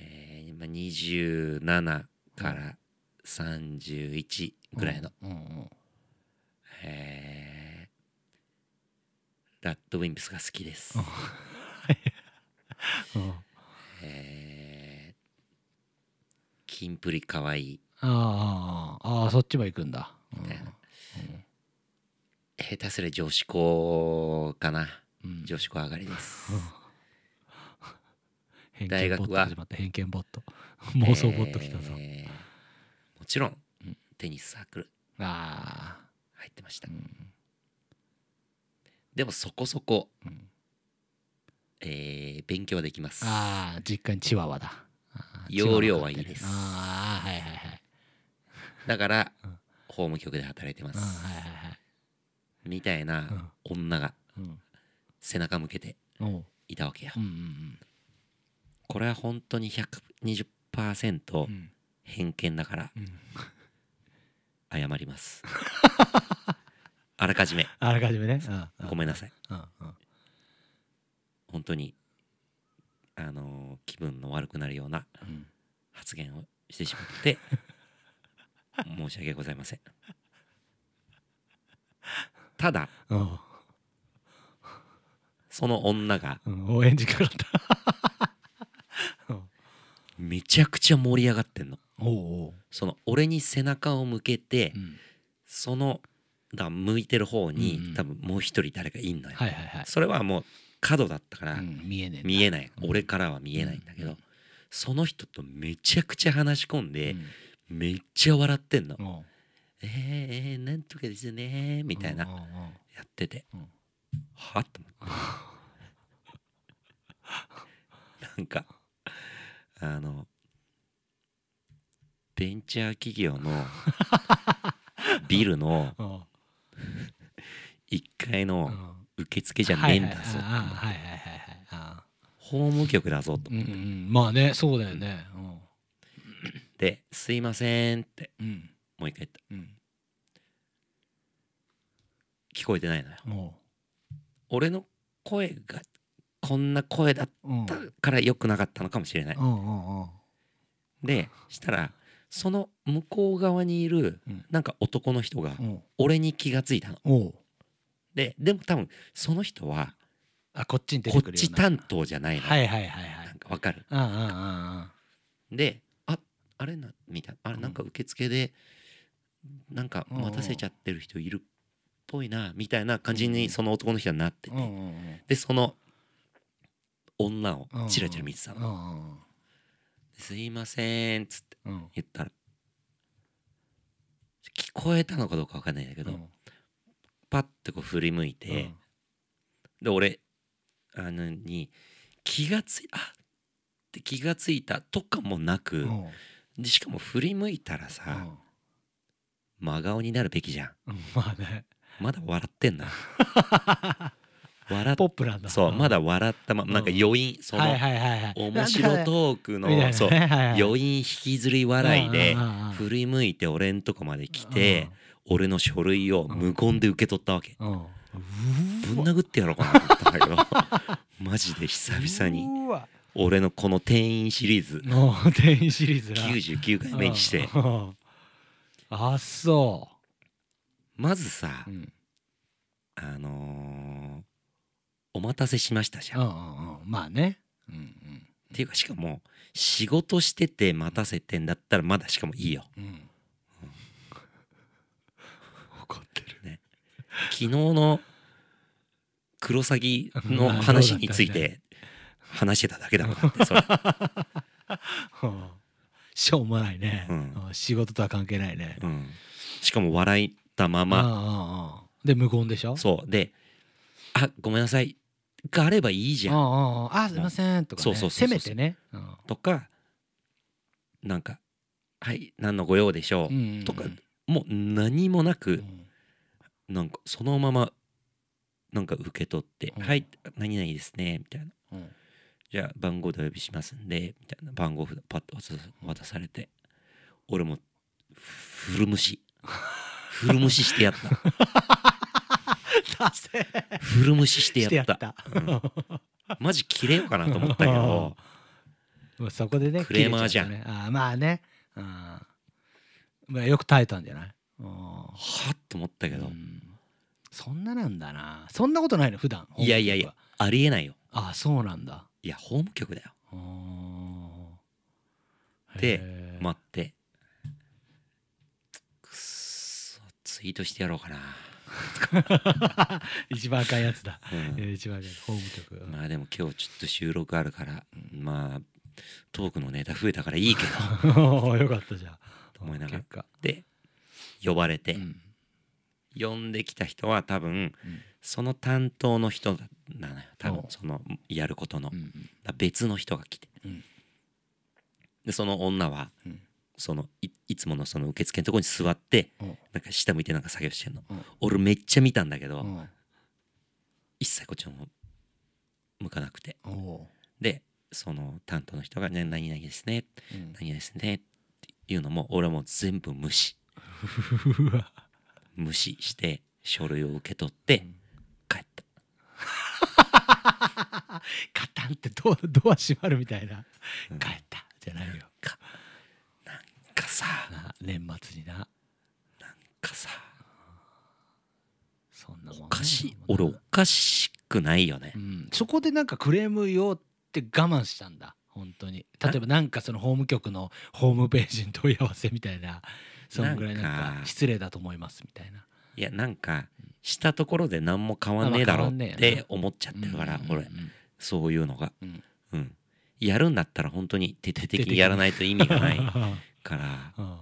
えー、今27から31ぐらいの、
うんうん
えーラッドウィンプスが好きです
うん。うん
えーキンプリかわいい。
あーあーあーそっちも行くんだうん
みたいな下手すりゃ女子校かな。
うん
女子校上がりです。
偏
大
見ボ
学
ット
は
始まった偏見ボット (laughs) 妄想ボット来たぞ、
えーもちろん
うん
テニスサークル
ああ
入ってました
う。ん
でもそこそこ、
うん
えー勉強できます。
ああ実家にチワワだあー
容量
チワ
は
ワ飼っ
い
て
い
る
です
ああはいはいはい
だから
うん
法務局で働いてま
うん
す。
はいはいはい
みたいな女が
うん
背中向けて
おう
いたわけよ
う。んうん
これは本当に120%
うんうん
偏見だから
うん
謝り
(laughs)
ます。あらかじめ
あらかじめねうんうん
ごめんなさい。
うんうん
本当にあのー気分の悪くなるような
うん
発言をしてしまって申し訳ございませんただ
うん
その女が
うん応援時間だった
めちゃくちゃ盛り上がってんの
おうおう、
その俺に背中を向けて、
うん、
そのだ向いてる方に、
うんうん
多分もう一人誰かいんのよ、
はいはいはい、
それはもう角だったから、
うん、見えねえ
見えない、
うん
俺からは見えないんだけど、
うん
その人とめちゃくちゃ話し込ん
え
で、めっちゃ笑ってんの「
うん、
えー、えー、なんとかですね」みたいな、
うんうんうん
やってて、
うん
はっと思ってなんかあのベンチャー企業
(laughs)
のビルの
うんうん
1階の受付じゃ
は
ねえ
い
ん
はい
だぞ、
ああはいはいはいはいああ
法務局だぞと
うん
思
う
っ
んまあねそうだよね
て「すいません」って
うんうん
もう一回言った
うん
聞こえてないのよ
お
俺の声がこんな声だっ
ううん
たから良くなかったのかもしれない
うんうんうん
でしたらその向こう側にいる
うん
なんか男の人が
うん
俺に気がついたの
おう
ででも多分その人は
あこっちに出
こ
て
っ
くるよ
ち
うな
担当じゃないの、
はいはいはいはい
なんかわかる
うんうんうんうん
でああれなみたいなあれ
うん
なんか受付でなんか待たせちゃってる人いるっぽいなみたいな感じにその男の人はなってて、
うんうんうん
でその女をチラチラ見てたの、
うん
すいませんっつって
うんうん
言ったら聞こえたのかどうかわかんないんだけど、
うん
パッてこう振り向いて、で俺あのに気がついあって気がついたとかもなく、
うんうん
でしかも振り向いたらさ、真顔になるべきじゃん
うん (laughs) まあね
まだ笑ってん
(laughs)
な笑っ
ポップなんだ
そうま
だ
だ笑ったまま
うん
なんか余韻その
はいはいはいはい
面白トークのそう
余
余韻引きずり笑いで振り向いて俺んとこまで来て俺の書類を無言で受け取ったわけ
うん
ぶん殴ってやろうかなと思ったんだ
(laughs)
けどマジで久々に
うわ
俺のこの店員シリーズ
もう店員シリーズな
99回目にして
うんうんあそ
まずさ
ううん
あのーお待たせしましたじ
う
ゃん
ん
っ
うんうんまあねうん
ていうかしかも仕事してて待たせてんだったらまだしかもいい
(laughs)
よ
うん
(laughs)
うん怒ってる
昨日のクロサギの話について話してただけだもんだって
(laughs)
それ
うんしょうもないね
うん
うん仕事とは関係ないね
うん、しかも笑ったまま
まあで無言でしょ
そうで「あごめんなさい」があればいいじ
うん
ゃ
うんんうんあすいませんとか
そう
ね
そうそうそ
せ
う
めてねうん
とかなんか「はい何のご用でしょう」
うんうんうん
とかもう何もな
う
く
ん
なんかそのままなんか受け取って「
うん
はい何々ですね」みたいな
うん
「じゃあ番号でお呼びしますんで」みたいな番号札パッと渡さ渡されて俺も古虫古虫してやった
(laughs) 達成
古虫して
して
や
や
っ
ったた
マジ切れようかなと思ったけど
もうそこでね
クレーマー
切れち
じ
うからねあーまあねうんまあよく耐えたんじゃないうん
はっと思ったけど、
うんそんななんだなそんなことないの普段
いやいやいやありえないよ
あそうなんだ
いや法務局だよ
うん
で
へー
待ってくっそツイートしてやろうかな、
一番赤いやつだ
うん
えー一番赤いホーム局うん
まあでも今日ちょっと収録あるからまあトークのネタ増えたからいいけど
(laughs) おーよかったじゃん。
思いながら
結果
で呼ばれて、
うん
呼んできた人は多分
うん
その担当の人なのよ多分
おう
そのやることの、
う
だか
ん
ら別の人が来て、
うん
でその女は
うん
そのいいつものその受付のとこに座って
うん
なんか下向いてなんか作業してんの
うん
俺めっちゃ見たんだけど、
うん
一切こっちの方向かなくて
おー
でその担当の人が、ね「何々ですね
うん
何々ですね」っていうのも俺はもう全部無
(laughs)
視
うわ
無視して書類を受け取って
うん
帰った
カタンってドアドア閉まるみたいな
うん
帰ったじゃないよ
かなんかさ
な年末にな
かさ
そんなもんね
おかしい
もう
俺
な
おかしくないよね
うん、そこでなんかクレーム言おうって我慢したんだ本当に例えばなんかその法務局のホームページに問い合わせみたいなそんぐらいな
なんん
か
か
失礼だと思いますみたいない
やなんかしたところで何も変わんねえだろ
あ
っ
まあ変わんねえよな
て思っちゃってるから
うんうんうん
俺そういうのが
うん
うんやるんだったら本当に徹底的にやらないと意味がないから
うんうん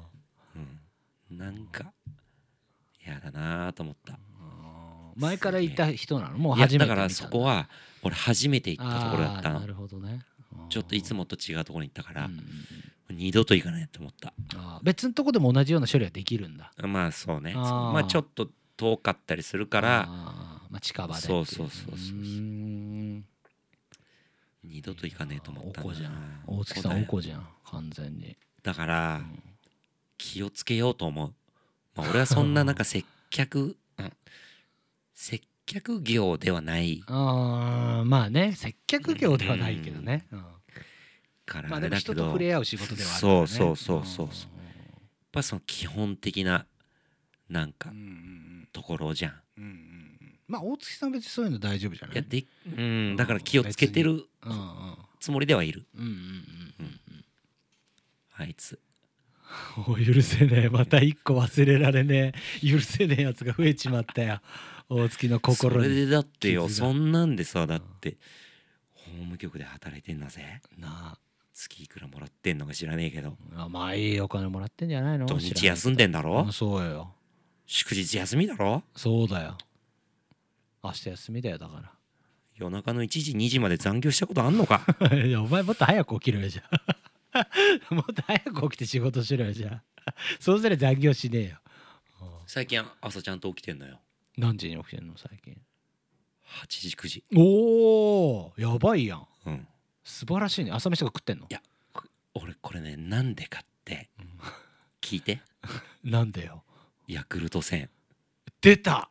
うんなんかやだなと思った
前からいた人なのもう
いや
初め
だ
て見
か
たんだ
らそこは俺初めて行ったところだった
あーな
の
るほどね
ちょっといつ
も
もと違うところに行ったから二度と行かないと思った
別のとこでも同じような処理はできるんだ
まあそうね
あー
そうまあちょっと遠かったりするから
あーまあ近場でってい
そうそうそうそう
うーん
二度と行かねえと思った
おこじゃ
ん
大月さんおこ
だ
じゃん完全に
から気をつけようと思う、まあ、俺はそんな
(laughs)
なんか接客、うん接客業ではない
あーまあね接客業ではないけどね、うん
から
ま
あ
あで
れ
も
だけ
人
ど
と触れ
やっ
合う仕事ではあるからね
そうそうそうそうそぱその基本的ななんか
うんうん
ところじゃん
うんうんうんうんまあ大月さん別にそういうの大丈夫じゃない
いやでうんだから気をつけてる
うんうんうん
つもりではいる
うん
あいつ
(laughs) うんうん、お許せねえまた一個忘れられねえ許せねえやつが増えちまったよ大月の心
それ
に
でだってよ
傷が
そんなんでさだって法務局で働いてんだぜ
な
月いくらもらってんのか知らねえけど
あまあいいお金もらってんじゃないの
土日休ん
で
でんだろ
そうよ
祝日休みだろ
そうだよ明日休みだよだから
夜中の1時2時まで残業したことあんのか
いやお前もっと早く起きろよじゃあ (laughs) もっと早く起きて仕事しろよじゃあそうすれば残業しねえよ
(laughs) 最近朝ちゃんと起きてんのよ
何時に起きてんの最近
8時9時
おーやばいやん
うん
素晴らしいね朝飯とか食ってんの
いや俺これねなんでかって聞いて
なんでよ
ヤクルト1000
出た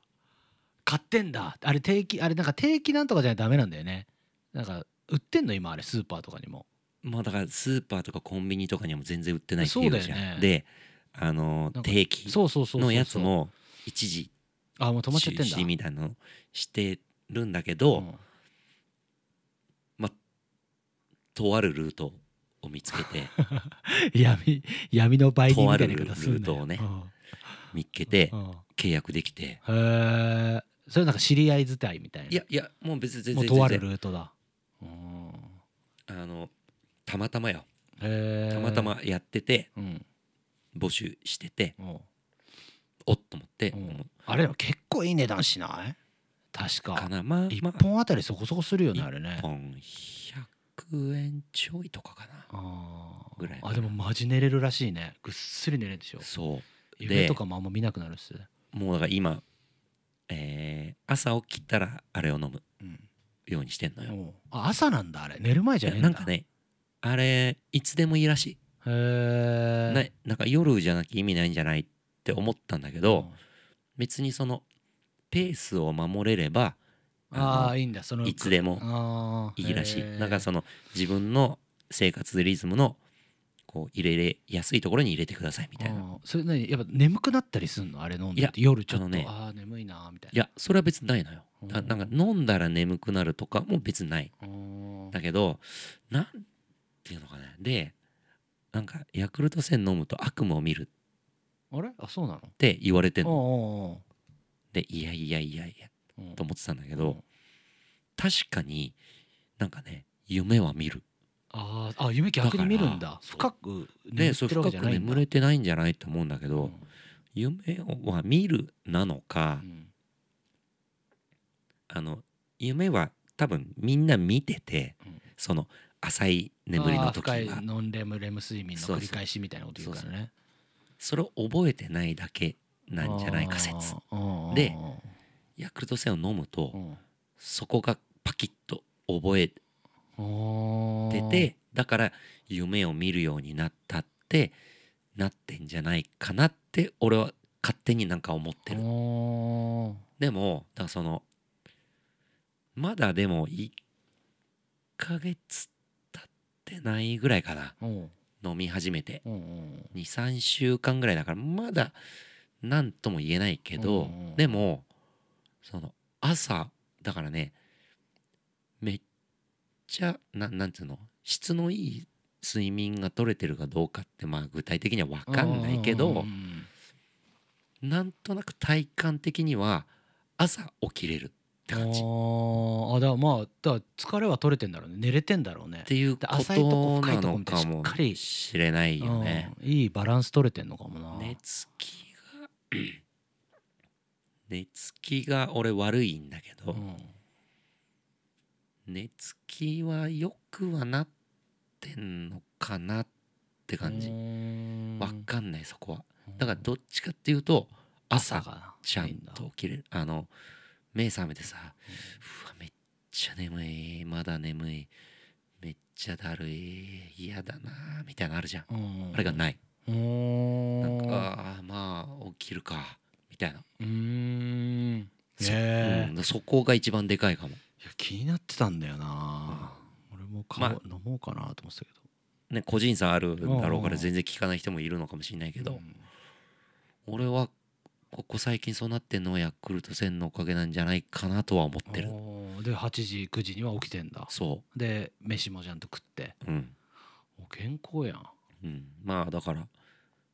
買ってんだあれ定期あれなんか定期なんとかじゃダメなんだよねなんか売ってんの今あれスーパーとかにも
まあだからスーパーとかコンビニとかにはもう全然売ってないって
そう
い
だ
う
よ
じ
ね
ゃん、であの
なんか
定期
そうそうそうそうそう
のやつも一時
あもう止まっちゃってんだ
中止みたいなのしてるんだけど、
うん
とあるルートを見つけ
(laughs)
て
闇闇の売人みたいな言い方する
とあるルート見っけ
で
て契約できて
へえそれなんか知り合い伝いみたいない
やいやもう別に全
もう
然
と
全
ある
然
ルートだうん
あのたまたまよ
へえ
たまたまやってて
うん
募集してて
おう
おっと思って、
うん
も
あれでも結構いい値段しない確
うか
か
なまあ
一
まあ
本あたりそこそこするよねあれね
1本100円ちょいとかかな
あー
ぐらい
あでもマジ寝れるらしいねぐっすり寝れるでしょ
そう
夢とかもあんま見なくなるっす
もうだから今、えー朝起きたらあれを飲む
うん
ようにしてんのよ。
おうあ朝なんだあれ寝る前じゃねえん
な
だ
んかねあれいつでもいいらし
へ
い、
え
ななんか夜じゃなきゃ意味ないんじゃないって思ったんだけど、別にそのペースを守れれば
あ
あ
あいいんだその
のいつでも
も
いいらしいなんかその自分の生活リズムのこう入れやすいところに入れてくださいみたいな
あーそれ何やっぱ眠くなったりすんのあれ飲んでると夜ちょっとあ,、
あのね
あー眠いなーみたい
いやそれは別にないのよ
うん
だなんか飲んだら眠くなるとかも別にない
なうーん
だけどなんていうのかなでなんかヤクルト1000飲むと悪夢を見るっ
あれあそうなの
て言われてんの
お
でいやいやいやいや
うおうおううん
と思ってたんだけど確かになんかね夢は見る
あーあ夢逆に見るんだ
だから
深く
で
眠っ
そう
てるわ
深
けじゃ
く
ないんだ
眠れてないんじゃないと思うんだけ
う
ど
ん
夢は見るなのか
うん
あの夢は多分みんな見てて
うん
その浅い眠り
あ
の
ー
時は
深いノンレムレム睡眠の繰り返しみたいなこと言うからね
それを覚えてないだけなんじゃないか説
あーうんうんうん
でヤクルト1000を飲む
う
と
ん
そこがパキッと覚え
お
て
ー
てだから夢を見るようになったってなってんじゃないかなって俺は勝手になんか思ってる
おー
でもだからそのまだでも1ヶ月経ってないぐらいかな
おう
飲み始めて
うんうん
23週間ぐらいだからまだ何とも言えないけど、
うんうん
でもその朝だからねめっちゃななんていうの質のいい睡眠が取れてるかどうかってまあ具体的には分かんないけど、
うんうんうん
なんとなく体感的には朝起きれるって感じ
あ
っ
ーあだからまあだから疲れは取れてんだろうね寝れてんだろうね
ていうこ
浅いとこと深い
な
とこ
の
みたい
か
な
も
しっかり
しれないよね。
うんいいバランス取れてんのかもな、
寝つきが寝つきが俺悪いんだけ
う
ど、
ん、
寝つきはよくはなってんのかなって感じわ
分
かんないそこはだからどっちかっていうと朝
が
ちゃ
いい
ん
だ
と起きれるあの目覚めてさうわめっちゃ眠いまだ眠いめっちゃだるい嫌だなみたいなのあるじゃん
うん
あれがない
うん
なんかああまあ起きるかみたいな
うーんね
そ,、
え、
う
い
ん、そこが一番でかいかも、
や気になってたんだよな、俺も買おう
ま
飲もうかなと思ってたけど
ね、個人差あるだろうか
うんうん
ら全然聞かない人もいるのかもしれないけど、
うん
俺はここ最近そうなってんのはヤクルト1000のおかげなんじゃないかなとは思ってる
おーで8時9時には起きてんだ
そ
で飯もちゃんと食って
ううん、
お健康やん、
うん、まあだから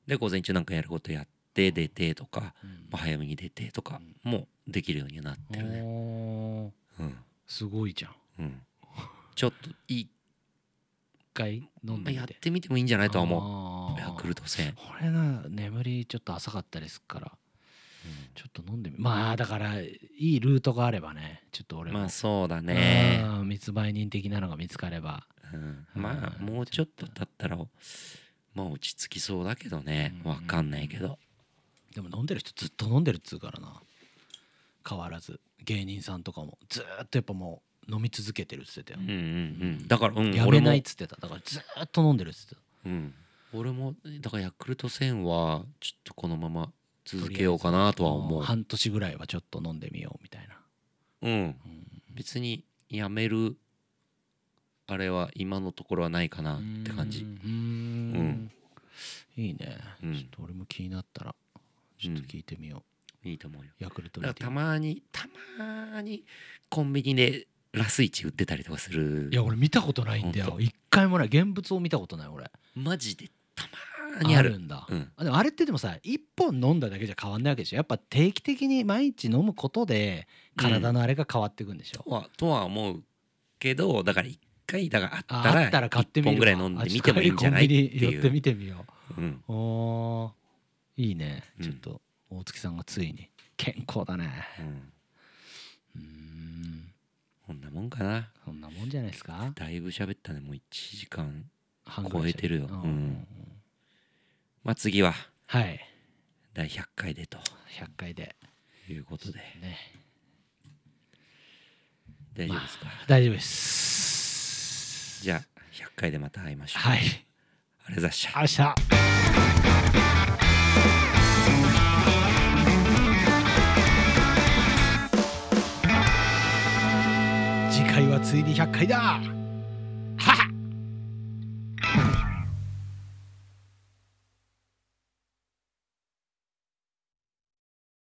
で午前中なんかやることやって出てとか、
うん
まあ、早めに出てとかもできるようにはなってるね
おー
うん
すごいじゃん (laughs)
うんちょっといい
一回飲んでみて、
やってみてもいいんじゃないとは思
思
うヤクルト1000、
これな眠りちょっと浅かったりすっからちょっと飲んでみまあだからいいルートがあればねちょっと
う
俺
ん
も
まあそうだね
うん密売人的なのが見つかれば、
うん
うん
まあもうちょっと経ったらまあ落ち着きそうだけどね
うん
わかんないけど
でも飲んでる人ずっと飲んでるっつうからな変わらず芸人さんとかもずーっとやっぱもう飲み続けてるっつってた
う
よ
ん、うんうんだからうん
や
俺
め
も
ないっつってただからずーっと飲んでるっつってた
うん、俺もだからヤクルト1000はちょっとこのまま続けようかなとは思
も
う、
半年ぐらいはちょっと飲んでみようみたいな、
うん、
うん
別にやめるあれは今のところはないかなって感
う
じ
んうんいいね、
うん
ちょっと俺も気になったらちょっと聞いてみよう、
いいと思うよ
ヤクルト
だ
リ
か
テ
ら
ィ
たまにたまにコンビニでラスイチ売ってたりとかする
いや俺見たことないんだ
ほ
よ
ん
一回もない現物を見たことない俺
マジでたまにある
んだ、
うん
あでもあれってでもさ一本飲んだだけじゃ変わんないわけでしょやっぱ定期的に毎日飲むことで体のあれが変わっていくんでしょ、
とはとは思うけどだから一回だからあっ
あ
た
あった
ら
ら買って
1
みる
本
わ
ぐらい飲んでみてもいいんじゃない
あ
っ
ち
て
ょっと帰りコンビニ
い
寄って
う、
みてみよ
うん、
うおーいいね、
うん
ちょっと大月さんがついに健康だね
うん、
うーん
こんなもんかな
そんなもんじゃないですか
だいぶ喋ったねもう1時間
半ぐらいじゃ
超えてるよ
うん
うんまあ次は
はい
第100回でと
100回で
いうことで
ね
大丈夫ですか、
大丈夫です
じゃあ100回でまた会いましょう、
はい
ありがとうございました
明日次回はついに100回だ